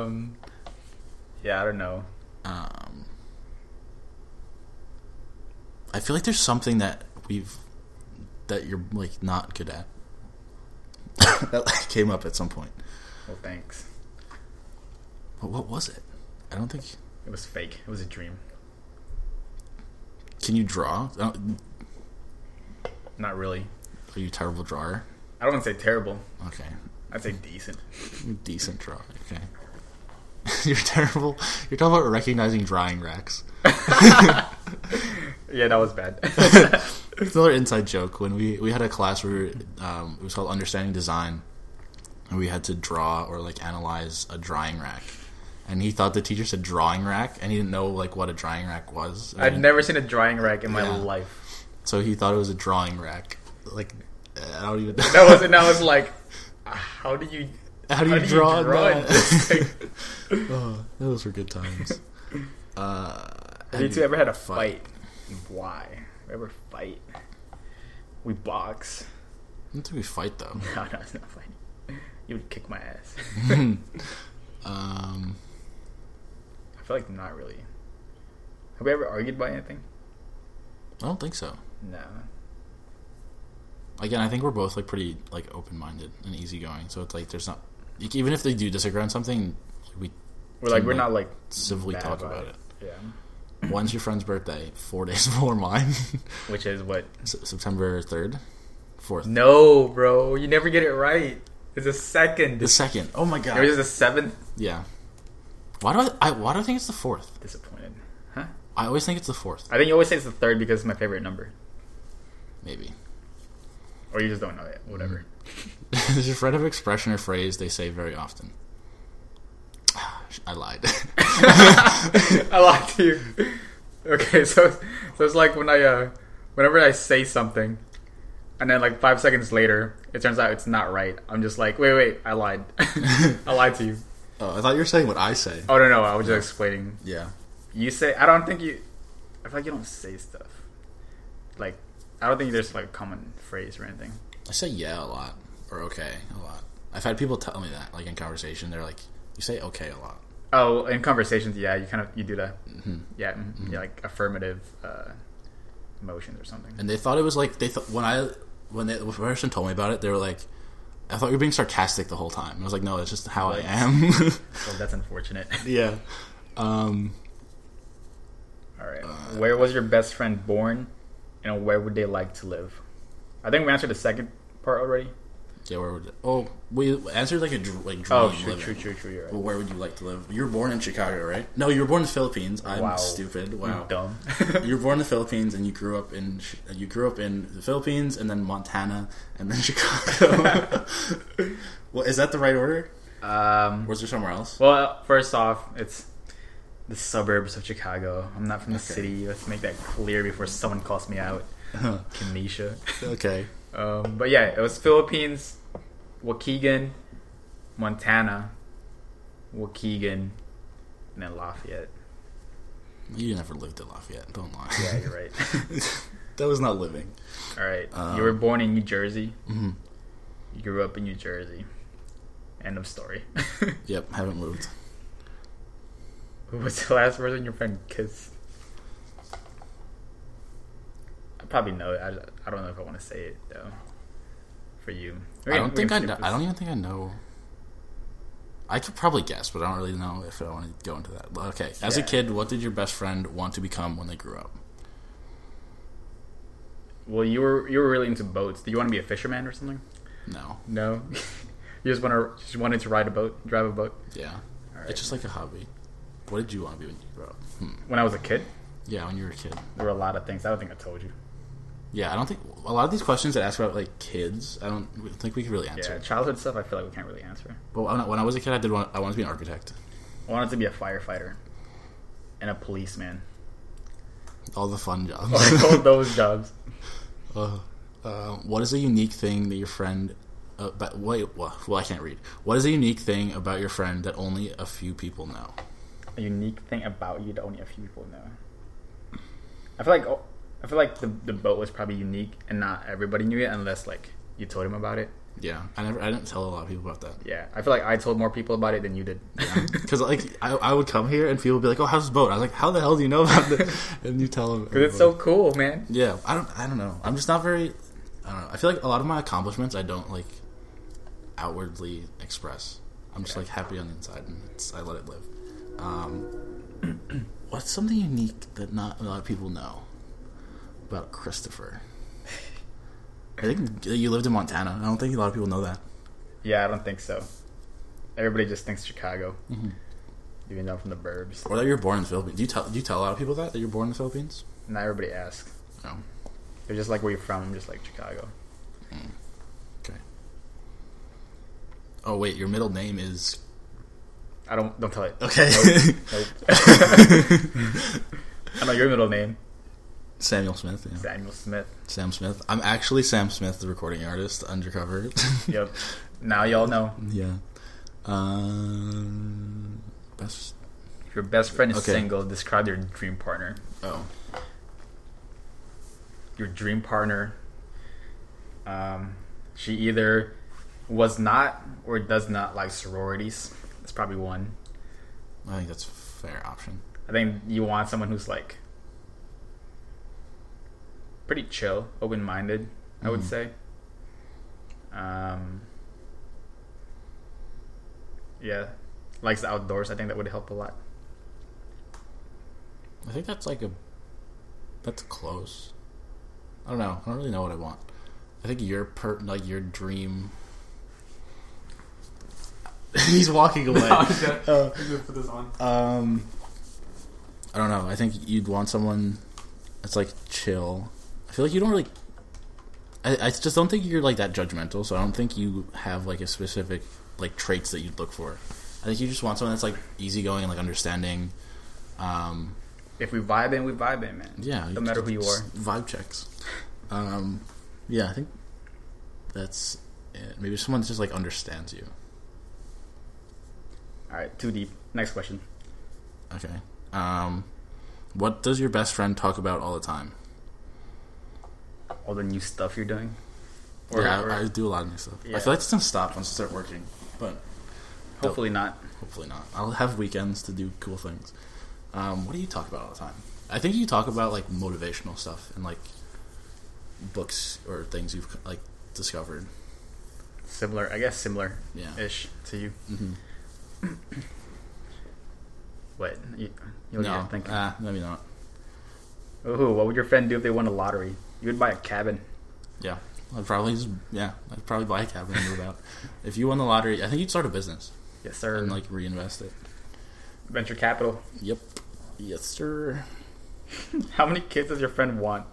<laughs> um, yeah, I don't know.
um, I feel like there's something that we've that you're like not good at <coughs> that like, came up at some point.
Well, thanks.
But what was it? I don't think.
It was fake. It was a dream.
Can you draw? I don't-
Not really.
Are you a terrible drawer?
I don't want to say terrible.
Okay,
I'd say decent.
You're a decent drawer. Okay, <laughs> you're terrible. You're talking about recognizing drawing racks.
Yeah, that was bad. <laughs>
<laughs> It's another inside joke. When we we had a class where um, it was called Understanding Design, and we had to draw or like analyze a drawing rack. And he thought the teacher said drawing rack, and he didn't know like what a drawing rack was.
I've never seen a drying rack in my
Yeah.
life.
so he thought it was a drawing rack. Like I don't even.
That was,
<laughs>
and I was like, how do you?
How do you draw, that?
it?
<laughs> oh, those were good times. uh,
Have you two ever had a fight? Why? we ever fight. We box. <laughs>
Not think we fight though. <laughs>
No, no, it's not fighting. You would kick my ass.
Um,
I feel like not really. Have we ever argued about anything?
I don't think so.
No.
Again, I think we're both like pretty like open minded and easygoing. So it's like there's not like, even if they do disagree on something, we
We're like
Can,
we're
like,
not like
civilly
bad
talk about it.
Yeah.
When's your friend's birthday? Four <laughs> days before mine,
Which is what?
S- September third, fourth,
No, bro, you never get it right. It's a second.
the second. Oh my
It was
god.
the seventh.
Yeah. Why do I, I? Why do I think it's the fourth?
Disappointed. Huh?
I always think it's the fourth.
I think you always say it's the third because it's my favorite number,
Maybe. <laughs>
or you just don't know it. Whatever.
Is your friend of expression or phrase they say very often? <sighs> I lied. <laughs>
<laughs>
Mm.
I lied to you. Okay, so so it's like when I uh, whenever I say something, and then like five seconds later, it turns out it's not right. I'm just like, wait, wait, I lied. <laughs> I lied to you.
oh, I thought you were saying what I say.
Oh no, no, I was just explaining.
Yeah.
You say I don't think you. I feel like you don't say stuff. Like I don't think there's like a common phrase or anything.
I say yeah a lot or okay a lot. I've had people tell me that, like in conversation, they're like, "You say okay a lot."
Oh, in conversations, yeah, you kind of you do that.
Mm-hmm.
Yeah, mm yeah, like affirmative uh, emotions or something.
And they thought it was like they thought when I when they, when the person told me about it, they were like, "I thought you were being sarcastic the whole time." And I was like, "No, that's just how I am." <laughs>
So that's unfortunate.
yeah. Um,
All right.
Uh,
where was your best friend born, and where would they like to live? I think we answered the second part already.
yeah. Where would oh we answered like a dr- like dream
Oh, true,
living.
true, true, true. You're
Well,
right.
where would you like to live? You were born in Chicago, right? No, you were born in the Philippines. I'm
Wow.
stupid. Wow. <laughs>
Dumb.
You were born in the Philippines, and you grew up in Chi- you grew up in the Philippines, and then Montana, and then <laughs> Chicago. <laughs> well, is that the right order?
um,
Was there somewhere else?
Well, first off, it's the suburbs of Chicago. I'm not from the
Okay.
city. Let's make that clear before someone calls me out. Kenesha.
okay.
Um, but yeah, it was Philippines, Waukegan, Montana, Waukegan, and then Lafayette.
You never lived in Lafayette. Don't lie.
Yeah,
<laughs>
you're right.
that was not living.
All right.
Um,
you were born in New Jersey.
Mhm.
You grew up in New Jersey. End of story. <laughs>
Yep, haven't moved.
Who was the last person your friend kissed? I probably know it. I, I don't know if I want to say it though. For you,
I don't think I.
know.
Know, I don't even think I know. I could probably guess, but I don't really know if I want to go into that. Okay, as a
Yeah.
kid, what did your best friend want to become when they grew up?
Well, you were you were really into boats. Do you want to be a fisherman or something?
No.
No. <laughs> you just want to just wanted to ride a boat, drive a boat.
Yeah.
Alright.
It's just like a hobby. What did you want to be when you grew up? Hmm.
When I was a kid,
Yeah, when you were a kid.
there were a lot of things. I don't think I told you.
Yeah, I don't think a lot of these questions that ask about like kids, I don't we- think we could really answer.
Yeah, childhood stuff. I feel like we can't really answer.
But when I, when I was a kid, I did want I wanted to be an architect.
I wanted to be a firefighter and a
<laughs>
policeman.
All the
<laughs>
fun jobs.
I told those jobs.
Uh, <laughs> uh, what is a unique thing that your friend? Uh, but wait, well, well, I can't read. What is a unique thing about your friend that only a few people know?
a unique thing about you that only a few people know. I feel like oh, I feel like the the boat was probably unique and not everybody knew it unless like you told him about it.
Yeah, I never, I didn't tell a lot of people about that.
<laughs> Yeah, I feel like I told more people about it than you did. <laughs>
Because like I, I would come here and people would be like, "Oh, how's this boat?" I was like, "How the <laughs> hell do you know about this?" And you tell them.
<laughs> Cause it's so cool, man.
Yeah, I don't. I don't know. I'm just not very. I don't know. I feel like a lot of my accomplishments I don't like outwardly express. I'm just like happy on the inside, and it's, I let it live. Um, <clears throat> what's something unique that not a lot of people know about Christopher? I think you lived in Montana. I don't think a lot of people know that.
Yeah, I don't think so. Everybody just thinks Chicago, even though I'm from the burbs.
Or that you're born in the Philippines. Do you tell do you tell a lot of people that that you're born in the Philippines?
Not everybody asks.
No.
They're just like where you're from. I'm just like Chicago.
Okay. Oh wait, your middle name is
I don't don't tell it.
okay.
<laughs> Nope.
<laughs>
I know your middle name,
Samuel Smith. Yeah.
Daniel Smith.
Sam Smith. I'm actually Sam Smith, the recording artist, undercover.
Yep. now y'all know.
yeah. Um, best.
If your best friend is
Okay.
single, describe your dream partner.
Oh.
your dream partner. Um, she either was not or does not like sororities. That's probably one.
I think that's a fair option.
I think you want someone who's like pretty chill, open minded, I would
Mhm.
say. Um, yeah, likes the outdoors. I think that would help a lot.
I think that's like a that's close. I don't know. I don't really know what I want. I think your per like your dream. <laughs> He's
<laughs>
walking away. Uh,
I'm just gonna put this on.
um, I don't know. I think you'd want someone that's like chill. I feel like you don't really. I, I just don't think you're like that judgmental. So I don't think you have like a specific like traits that you'd look for. I think you just want someone that's like easygoing and like understanding. Um,
If we vibe in, we vibe in, man.
yeah,
no matter who you
just
are.
Vibe checks. Um, yeah, I think that's it. maybe someone that just like understands you.
All right, too deep. Next question.
Okay. Um, what does your best friend talk about all the time?
All the new stuff you're doing.
yeah, I, I do a lot of new stuff.
Yeah.
I feel like it's gonna stop once I start working, but
hopefully not.
hopefully not. I'll have weekends to do cool things. Um, what do you talk about all the time? I think you talk about like motivational stuff and like books or things you've like discovered.
Similar, I guess, similar
Yeah.
ish to you.
Mhm.
What? Oh, You, you'll
no,
get thinking.
ah, maybe not.
Ooh, what would your friend do if they won a lottery? You would buy a cabin.
Yeah, I'd probably just yeah, I'd probably buy a cabin and move out. <laughs> If you won the lottery, I think you'd start a business
Yes, sir.
and like reinvest it.
Venture capital. <laughs>
Yep. Yes, sir.
How many kids does your friend want?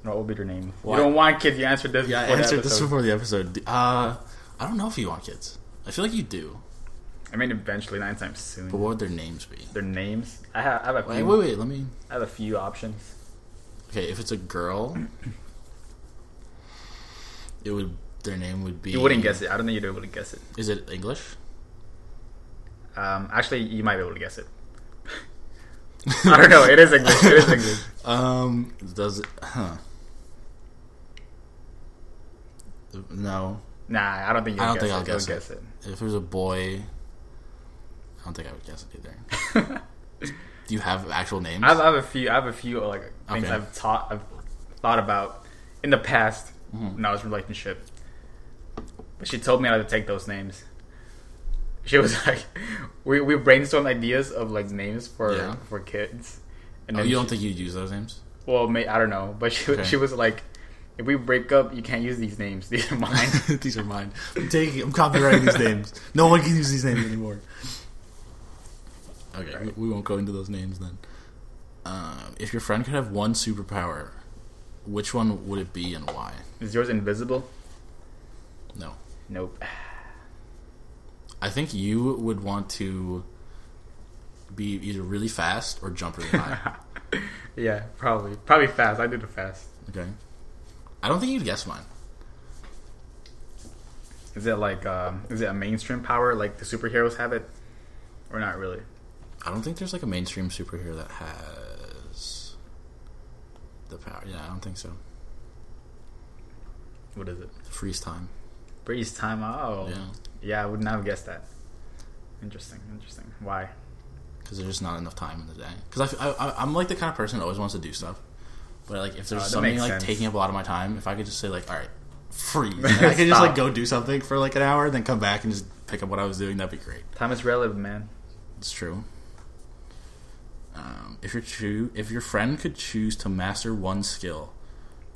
And what will be their name?
What?
You don't want kids. You answered this.
Yeah, I
before the
answered this
episode.
before the episode. Uh, I don't know if you want kids. I feel like you do,
I mean, eventually, nine times soon.
but what would their names be?
Their names. I have, I have a
Wait,
few.
wait, wait. Let me.
I have a few options.
Okay, if it's a girl, it would their name would be.
You wouldn't guess it. I don't think you'd be able to guess it.
Is it <laughs> English?
Um, actually, you might be able to guess it. <laughs> I don't know. It is English. It is English.
<laughs> Um, does it? Huh. No,
Nah, I don't think you'll
I don't
guess,
think
it.
I'll
You'll
guess it. If it was a boy, I don't think I would guess it either.
<laughs>
Do you have actual names?
I have, I have a few. I have a few like things
Okay.
I've taught. I've thought about in the past
Mm-hmm.
when I was in a relationship. But she told me how to take those names. She was <laughs> like, we we brainstormed ideas of like names for
Yeah.
for kids, and
oh, you don't
she-
think you'd use those names?
well, may, I don't know, but she
Okay.
she was like, if we break up, you can't use these names. <laughs> These are <laughs> mine.
<laughs> these are mine. I'm taking. I'm copywriting these names. No one can use these names anymore. Okay, we- we won't go into those names then. Um, if your friend could have one superpower, which one would it be and why?
is yours invisible?
No,
Nope.
I think you would want to be either really fast or jump really high.
<laughs> Yeah, probably probably fast. I did it fast.
Okay. I don't think you'd guess mine.
Is it like um, is it a mainstream power like the superheroes have it, or not really?
I don't think there's like a mainstream superhero that has the power. Yeah, I don't think so.
What is it?
Freeze time.
Breeze time. Oh,
Yeah.
Yeah, I would not have guessed that. Interesting, interesting. Why?
Because there's just not enough time in the day. Because I, I, I'm like the kind of person that always wants to do stuff. But like if there's
Oh, that
something
makes
like
sense.
taking up a lot of my time, if I could just say like, all right,
<laughs>
freeze. And I could just
Stop.
like go do something for like an hour, then come back and just pick up what I was doing. That'd be great.
Time is relevant, man.
It's true. Um, if your choo- if your friend could choose to master one skill,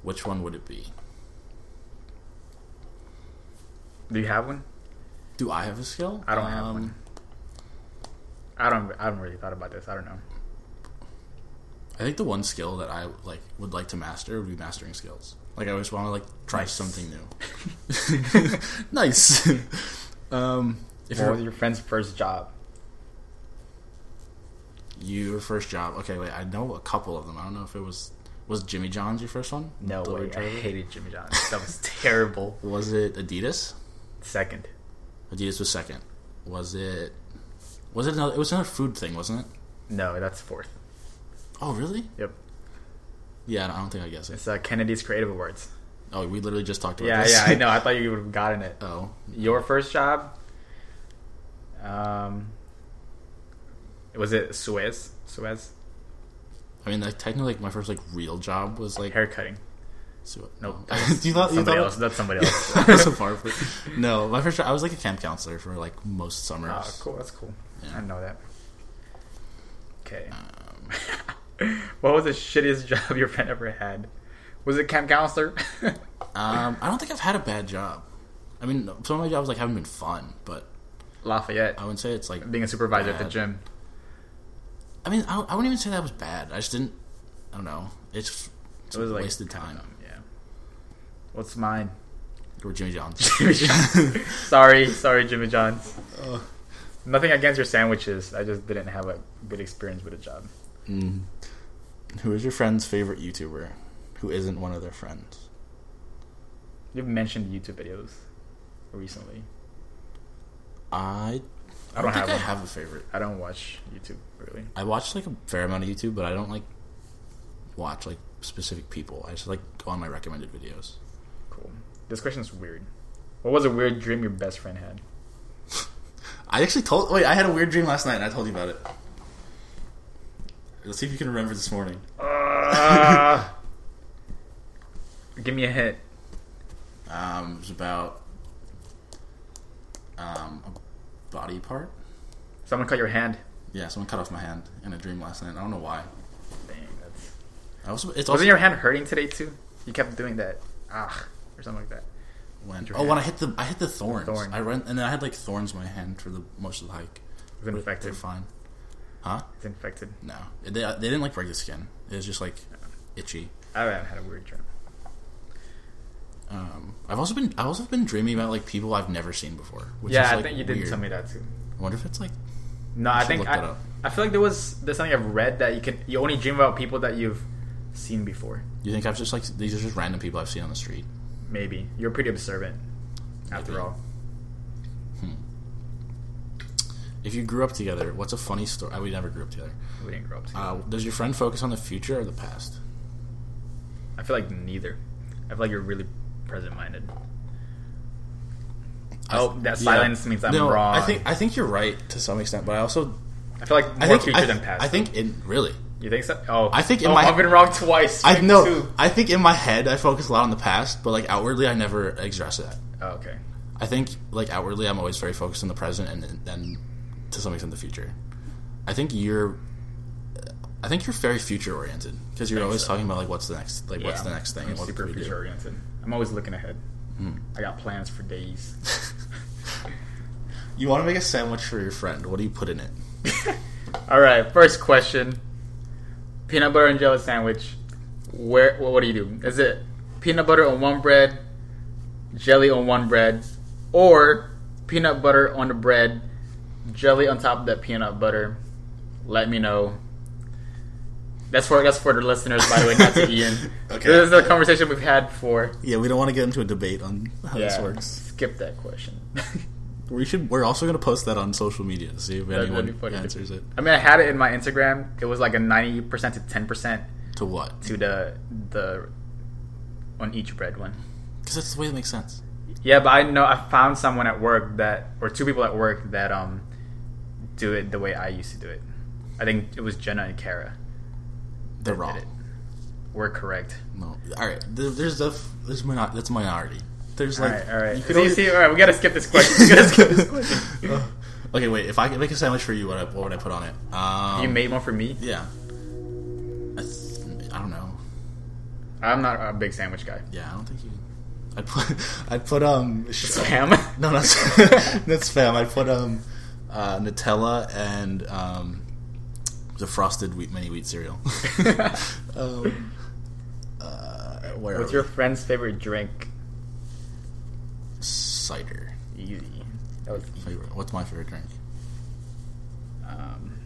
which one would it be?
Do you have one?
Do I have a skill? Um,
I don't have one. I don't. I haven't really thought about this. I don't know.
I think the one skill that I like would like to master would be mastering skills. Like I always want to like try something new.
<laughs>
nice. <laughs> um, if
What was
you're,
your friend's first job?
your first job, okay, wait, I know a couple of them. I don't know if it was was Jimmy John's your first one.
No
Delivery
way. I
driver?
hated Jimmy John's. That was terrible.
Was it Adidas?
Second.
Adidas was second. Was it? Was it another? It was another food thing, wasn't it?
No, that's fourth.
Oh, really?
Yep.
Yeah, I don't think I guess it.
It's uh, Kennedy's Creative Awards.
Oh, we literally just talked about
Yeah,
this.
yeah,
<laughs>
I know. I thought you would have gotten it.
Oh,
Your first job. Um, was it Suez? Suez
I mean, like, technically, like, my first like real job was like.
haircutting.
so-
Nope.
Oh. <laughs> you thought you
Somebody
thought
else. That's
<laughs>
somebody else.
That was a far for- No, my first job, I was like a camp counselor for like most summers.
oh, cool. That's cool. I
Yeah.
didn't know that. Okay.
Um,
What was the shittiest <laughs> job your friend ever had? Was it camp counselor? <laughs>
um, I don't think I've had a bad job. I mean, some of my jobs like haven't been fun, but
Lafayette,
I wouldn't say it's like.
being a supervisor at the
Oh. Bad.
gym.
I mean, I, I wouldn't even say that was bad. I just didn't. I don't know. It's just it's
It was like
wasted time.
Yeah. What's mine?
Or Jimmy John's.
<laughs> Jimmy John's. sorry, sorry, Jimmy John's.
Ugh.
Nothing against your sandwiches. I just didn't have a good experience with a job.
<laughs> Mm. Who is your friend's favorite YouTuber? Who isn't one of their friends?
You've mentioned YouTube videos recently.
I. I
I
don't
don't
think
have
I
one.
have a favorite.
I don't watch YouTube really.
I watch like a fair amount of YouTube, but I don't like watch like specific people. I just like go on my recommended videos.
Cool. This question's weird. What was a weird dream your best friend had?
I actually told. Wait, I had a weird dream last night, and I told you about it. Let's see if you can remember this morning.
Uh, give me a hint.
Um, it was about um, a body part.
Someone cut your hand.
Yeah, someone cut off my hand in a dream last night. I don't know why.
Dang, that's.
I also it's also
Wasn't your hand hurting today too? You kept doing that. Ah, or something like that.
when,
your
oh when
hand?
I hit the I hit the thorns.
Thorn.
I ran and then I had like thorns in my hand for the most of the hike.
It's
But
infected.
They're fine. Huh?
It's infected.
No, they they didn't like break the skin. It was just like itchy.
I haven't had a weird dream.
Um, I've also been I've also been dreaming about like people I've never seen before. Which
yeah,
is,
I
like,
think you did
weird.
tell me that too.
I wonder if it's like
No,
I
I,
should
think
look that
I,
up.
I feel like there was there's something I've read that you can you only dream about people that you've seen before.
you think I've just like these are just random people I've seen on the street.
Maybe you're pretty observant, after
Maybe.
all.
If you grew up together, what's a funny story? We never grew up together.
We didn't grow up together.
Uh, does your friend focus on the future or the past?
I feel like neither. I feel like you're really present minded. Oh, that silence means I'm
no,
wrong.
I think I think you're right to some extent, but I also
I feel like more
I think
future
I,
than past.
I think in really
you think so. Oh,
I think in
oh,
my-
I've been wrong twice.
I
Maybe
know
two.
I think in my head I focus a lot on the past, but like outwardly I never express that.
Oh, okay.
I think like outwardly I'm always very focused on the present and then and to some extent the future. I think you're I think you're very future oriented because you're always
so.
talking about like what's the next like what's the next thing
I'm
and what
super
can we do. Hmm.
future oriented. I'm always looking ahead. I got plans for
<laughs>
days.
You want to make a sandwich for your friend. What do you put in it?
All right, first question: peanut butter and jelly sandwich. Where? What, what do you do? Is it peanut butter on one bread, jelly on one bread, or peanut butter on the bread, jelly on top of that peanut butter? Let me know. That's for that's for the listeners, by the way, not
<laughs>
to Ian.
Okay.
This is the conversation we've had before.
Yeah, we don't want to get into a debate on how this works.
Skip that question. <laughs>
We should. We're also going to post that on social media to see if
That'd- that'd
anyone
be funny.
answers it.
I mean, I had it in my Instagram. It was like a ninety percent to ten percent
To what?
to the the on each bread one.
Because that's the way it makes sense.
Yeah, but I know I found someone at work that, or two people at work that um do it the way I used to do it. I think it was Jenna and Kara.
They're wrong.
it. We're correct.
No. All right. There- There's a. There's minor, That's a minority. There's like.
all right, all right.
you could Uh,
see,
only-
see, all right. We gotta skip this question. <laughs> We
<laughs>
gotta skip this question.
Ugh. okay, wait. If I could make a sandwich for you, what, I, what would I put on it? Um,
You made one for me.
Yeah. I, th- I don't know.
I'm not a big sandwich guy.
Yeah, I don't think you. I'd put. <laughs> I'd put um. sh-
Spam.
<laughs> No, not that's <laughs> spam. I put um, uh, Nutella and um, the frosted wheat mini
<laughs>
wheat cereal. <laughs> um, uh, where
What's
are
your friend's favorite drink?
we? cider?
Easy. That was easy.
Favorite. What's my favorite drink?
Um,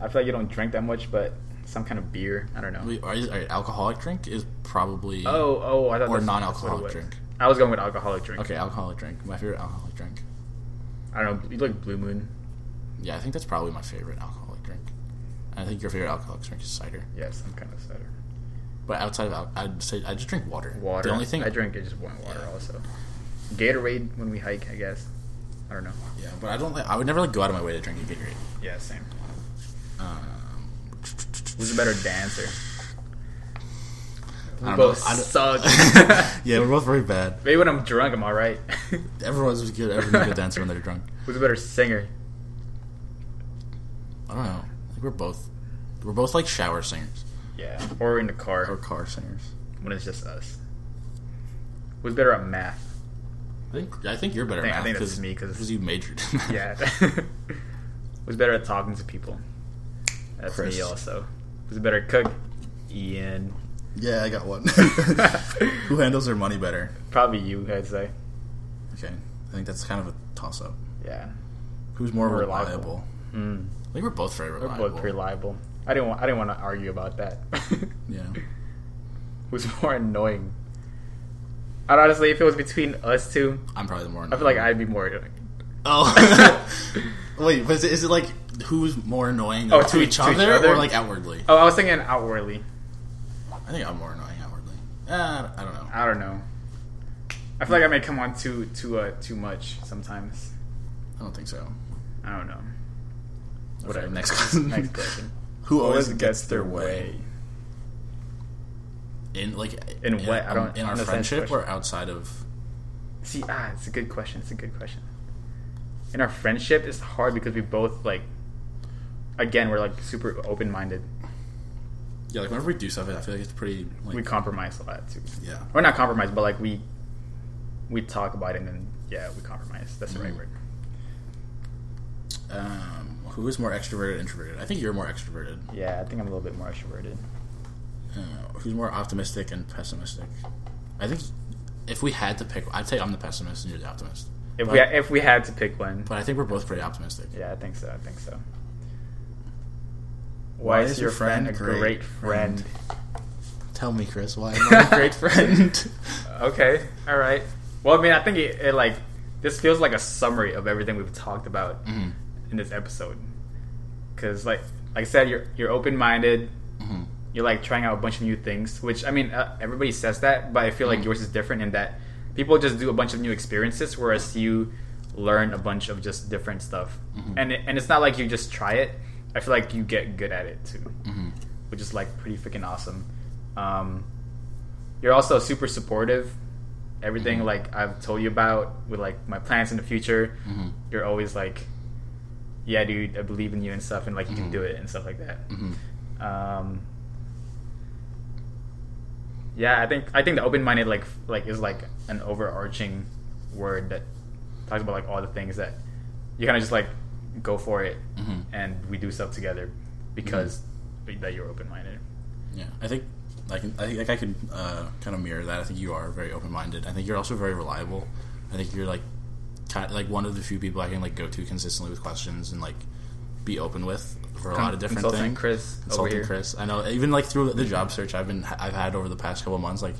I feel like you don't drink that much, but some kind of beer. I don't know.
Wait, are you- all right, alcoholic drink is probably
Oh, oh, I thought that's- that's
or
what it
non-alcoholic
was.
drink.
I was going with alcoholic drink.
Okay, alcoholic drink. My favorite alcoholic drink.
I don't know. You like Blue Moon.
Yeah, I think that's probably my favorite alcoholic drink. I think your favorite alcoholic drink is cider.
Yeah, some kind of cider.
But outside of al- I'd say I just drink water.
Water.
The only thing
I drink is just one water also. Gatorade when we hike, I guess. I don't know.
Yeah, but I don't. Like, I would never like go out of my way to drink a Gatorade.
Yeah, same.
Um,
Who's a better dancer? We
I don't
both
know. I don't-
suck.
<laughs> yeah, we're both very bad.
Maybe when I'm drunk, I'm alright.
Everyone's good. Everyone's a good dancer when they're drunk.
<laughs> Who's a better singer?
I don't know. I think we're both we're both like shower singers
Yeah. Or in the car
or car singers.
when it's just us. Who's better at math?
I think I think you're better
I think- I
at math
think that's me, 'cause-
because you majored. in math.
<laughs>
<laughs>
Yeah. Who's better at talking to people? That's
Chris.
me also. Who's a better cook? Ian.
yeah, I got
<laughs>
one. Who handles their money better?
Probably you, I'd say.
Okay, I think that's kind of a toss up.
Yeah.
Who's more
We're
reliable?
reliable. Mm.
I think we're both very
They're
reliable.
both reliable. I didn't. Want, I didn't want to argue about that. <laughs>
Yeah.
Who's more annoying? And honestly, if it was between us two,
I'm probably the more.
I feel like I'd be more annoying.
Oh,
<laughs>
wait. Was it, is it like who's more annoying
Oh,
like, to, each, other,
other?
or like outwardly?
Oh, I was thinking outwardly.
I think I'm more annoying outwardly. Uh, I don't know.
I don't know. I feel like I may come on too too uh, too much sometimes.
I don't think so.
I don't know.
Whatever. Next
<laughs>
question.
Next
<laughs>
question.
Who always gets their way? In like
In what? I don't
in our
understand this
friendship or
question.
outside of.
See, ah, it's a good question. It's a good question. In our friendship, it's hard because we both like. Again, we're like super open minded.
Yeah, like whenever we do stuff, I feel like it's pretty. Like,
We compromise a lot too.
yeah.
Or not compromise, but like we we talk about it and then yeah, we compromise. That's the right
Mhm.
word.
Um, who is more extroverted, or introverted? I think you're more extroverted.
Yeah, I think I'm a little bit more extroverted.
Uh, who's more optimistic and pessimistic? I think if we had to pick, I'd say I'm the pessimist and you're the optimist.
If
But-
we if we had to pick one,
But I think we're both pretty optimistic.
yeah, I think so. I think so.
Why is your friend
a
great
great, friend?
Tell me, Chris, why <laughs> am I a great friend?
Okay, all right. Well, I mean, I think it, it like this feels like a summary of everything we've talked about
Mhm.
in this episode. Because like like I said, you're you're open minded.
Mhm.
You're like trying out a bunch of new things, which I mean, uh, everybody says that, but I feel like yours is different in that people just do a bunch of new experiences, whereas you learn a bunch of just different stuff. And it, and it's not like you just try it. I feel like you get good at it too,
Mm-hmm.
which is like pretty freaking awesome. Um, you're also super supportive. Everything like I've told you about with like my plans in the future,
Mhm.
you're always like, "Yeah, dude, I believe in you and stuff, and like you can
Mm-hmm.
do it and stuff like that."
Mhm.
Um, yeah, I think I think the open minded like like is like an overarching word that talks about like all the things that you kind of just like go for it,
Mhm.
and we do stuff together because
Mm-hmm.
that you're open minded.
Yeah, I think I can. I think like, I can uh, kind of mirror that. I think you are very open-minded. I think you're also very reliable. I think you're like kind like one of the few people I can like go to consistently with questions and like be open with for a lot of different
Consultant
things.
Chris over
Consulting
here.
Chris, I know. Even like through the job search I've been I've had over the past couple of months, like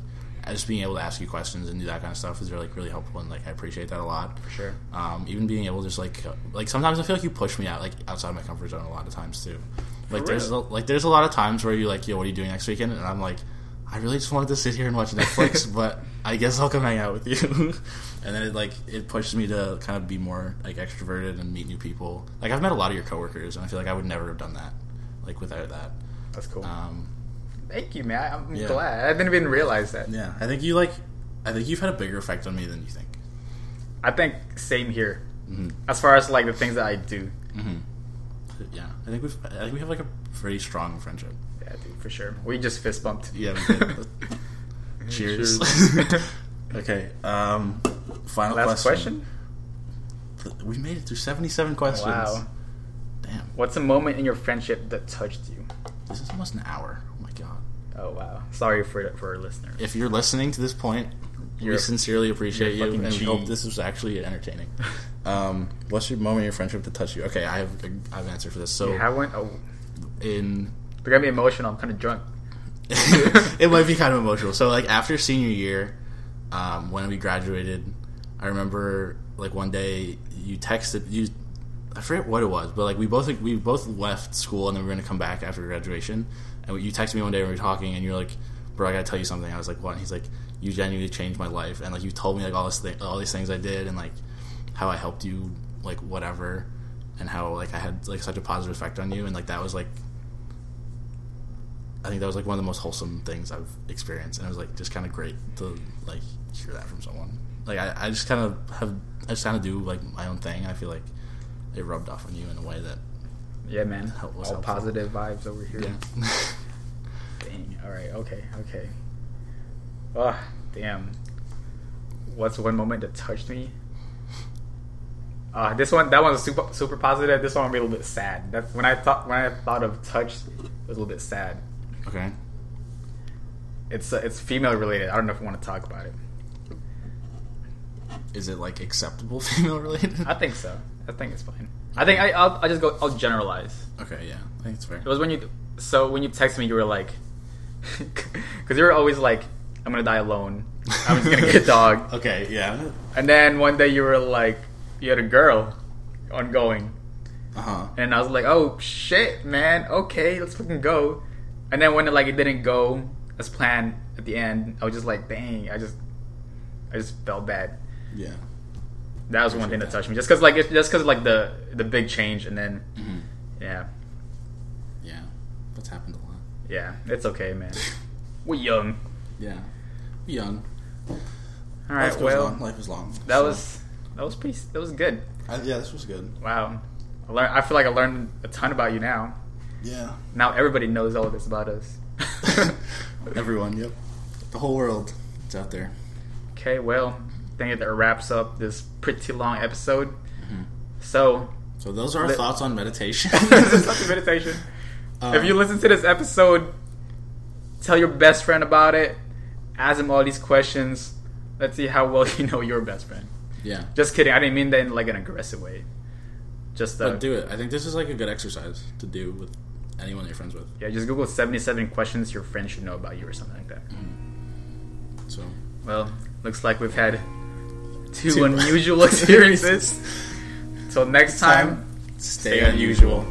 just being able to ask you questions and do that kind of stuff is really like really helpful, and like I appreciate that a lot.
for sure.
um, even being able to just like like sometimes I feel like you push me out like outside my comfort zone a lot of times too. Like there's a,
real?
like there's a lot of times where you're like, yo, what are you doing next weekend? And I'm like, I really just wanted to sit here and watch <laughs> Netflix, but I guess I'll come hang out with you. <laughs> and then it like it pushes me to kind of be more like extroverted and meet new people. Like I've met a lot of your coworkers, and I feel like I would never have done that like without that.
That's cool.
Um,
Thank you, man. I'm
Yeah.
glad. I didn't even realize that.
yeah, I think you like I think you've had a bigger effect on me than you think.
I think same here.
Mm-hmm.
As far as like the things that I do,
Yeah, I think we've I think we have like a pretty strong friendship.
yeah, dude, for sure. We just fist bumped.
Yeah. We
<laughs>
did. Cheers. <laughs> okay. Um, final
Last
question.
question.
Th- We made it through seventy-seven questions.
Wow.
Damn.
What's a moment in your friendship that touched you?
This is almost an hour. Oh my god.
Oh wow. Sorry for for our listeners.
If you're listening to this point, we
You're-
sincerely appreciate
you're a
you,
fucking
and we
G.
hope this was
<laughs>
actually entertaining. um, what's your moment in your friendship that touched you? Okay, I have I have an answer for this. So
You have one? Oh,
in
they're gonna be emotional. I'm kind of drunk.
<laughs> it might be kind of emotional. So like after senior year, um, when we graduated, I remember like one day you texted you I forget what it was, but like we both we both left school and then we were gonna come back after graduation. And you texted me one day when we were talking, and you're like, "Bro, I gotta tell you something." I was like, "What?" And he's like, "You genuinely changed my life," and like you told me like all this thing, all these things I did, and like how I helped you, like whatever, and how like I had like such a positive effect on you, and like that was like. I think that was like one of the most wholesome things I've experienced, and it was like just kind of great to like hear that from someone. Like I, I just kind of have, I just kind of do like my own thing. And I feel like it rubbed off on you in a way that
Yeah, man.
Help-
All
was helpful.
positive vibes over here.
yeah.
Dang. All right. Okay. Okay. Ah, damn. What's one moment that touched me? Uh, this one, that one was super super positive. This one was a little bit sad. That when I thought when I thought of touch, it was a little bit sad.
<laughs> okay.
It's uh, it's female related. I don't know if I want to talk about it.
Is it like acceptable <laughs> female related?
I think so. I think it's fine. I think I I'll, I'll just go. I'll generalize.
Okay, yeah, I think it's fair.
It was when you so when you texted me, you were like, <laughs> because you were always like, I'm gonna die alone. I'm just gonna get
<laughs>
a dog.
Okay, yeah.
And then one day you were like, you had a girl ongoing.
Uh huh.
And I was like, oh shit, man. Okay, let's fucking go. And then when it, like it didn't go as planned at the end, I was just like, dang, I just, I just felt bad.
Yeah.
That was one thing that touched me, just cause like, it, just cause like the the big change, and then,
hmm
yeah,
Yeah. That's happened a lot.
yeah, it's okay, man. We're young.
Yeah. We're young.
All right,
Life goes
well,
long. Life is long.
that
So-
was that was pretty, that was good.
I, yeah, this was good.
Wow, I learned. I feel like I learned a ton about you now.
Yeah.
Now everybody knows all this about us. <laughs>
<laughs> Everyone. Yep. The whole world. It's out there.
okay, well, I think that wraps up this pretty long episode.
Mm-hmm.
So, <laughs>
So those are our
Let-
thoughts on meditation.
<laughs> this is not the
<laughs>
meditation.
Um,
if you listen to this episode, tell your best friend about it. Ask him all these questions. Let's see how well <laughs> you know your best friend.
yeah.
Just kidding. I didn't mean that in like an aggressive way. Just uh,
But do it. I think this is like a good exercise to do with anyone you're friends with.
yeah, just Google seventy-seven questions your friend should know about you or something like that.
Mm. So
Well, looks like we've had two, <laughs>
Two-
unusual experiences. Till next time,
stay unusual.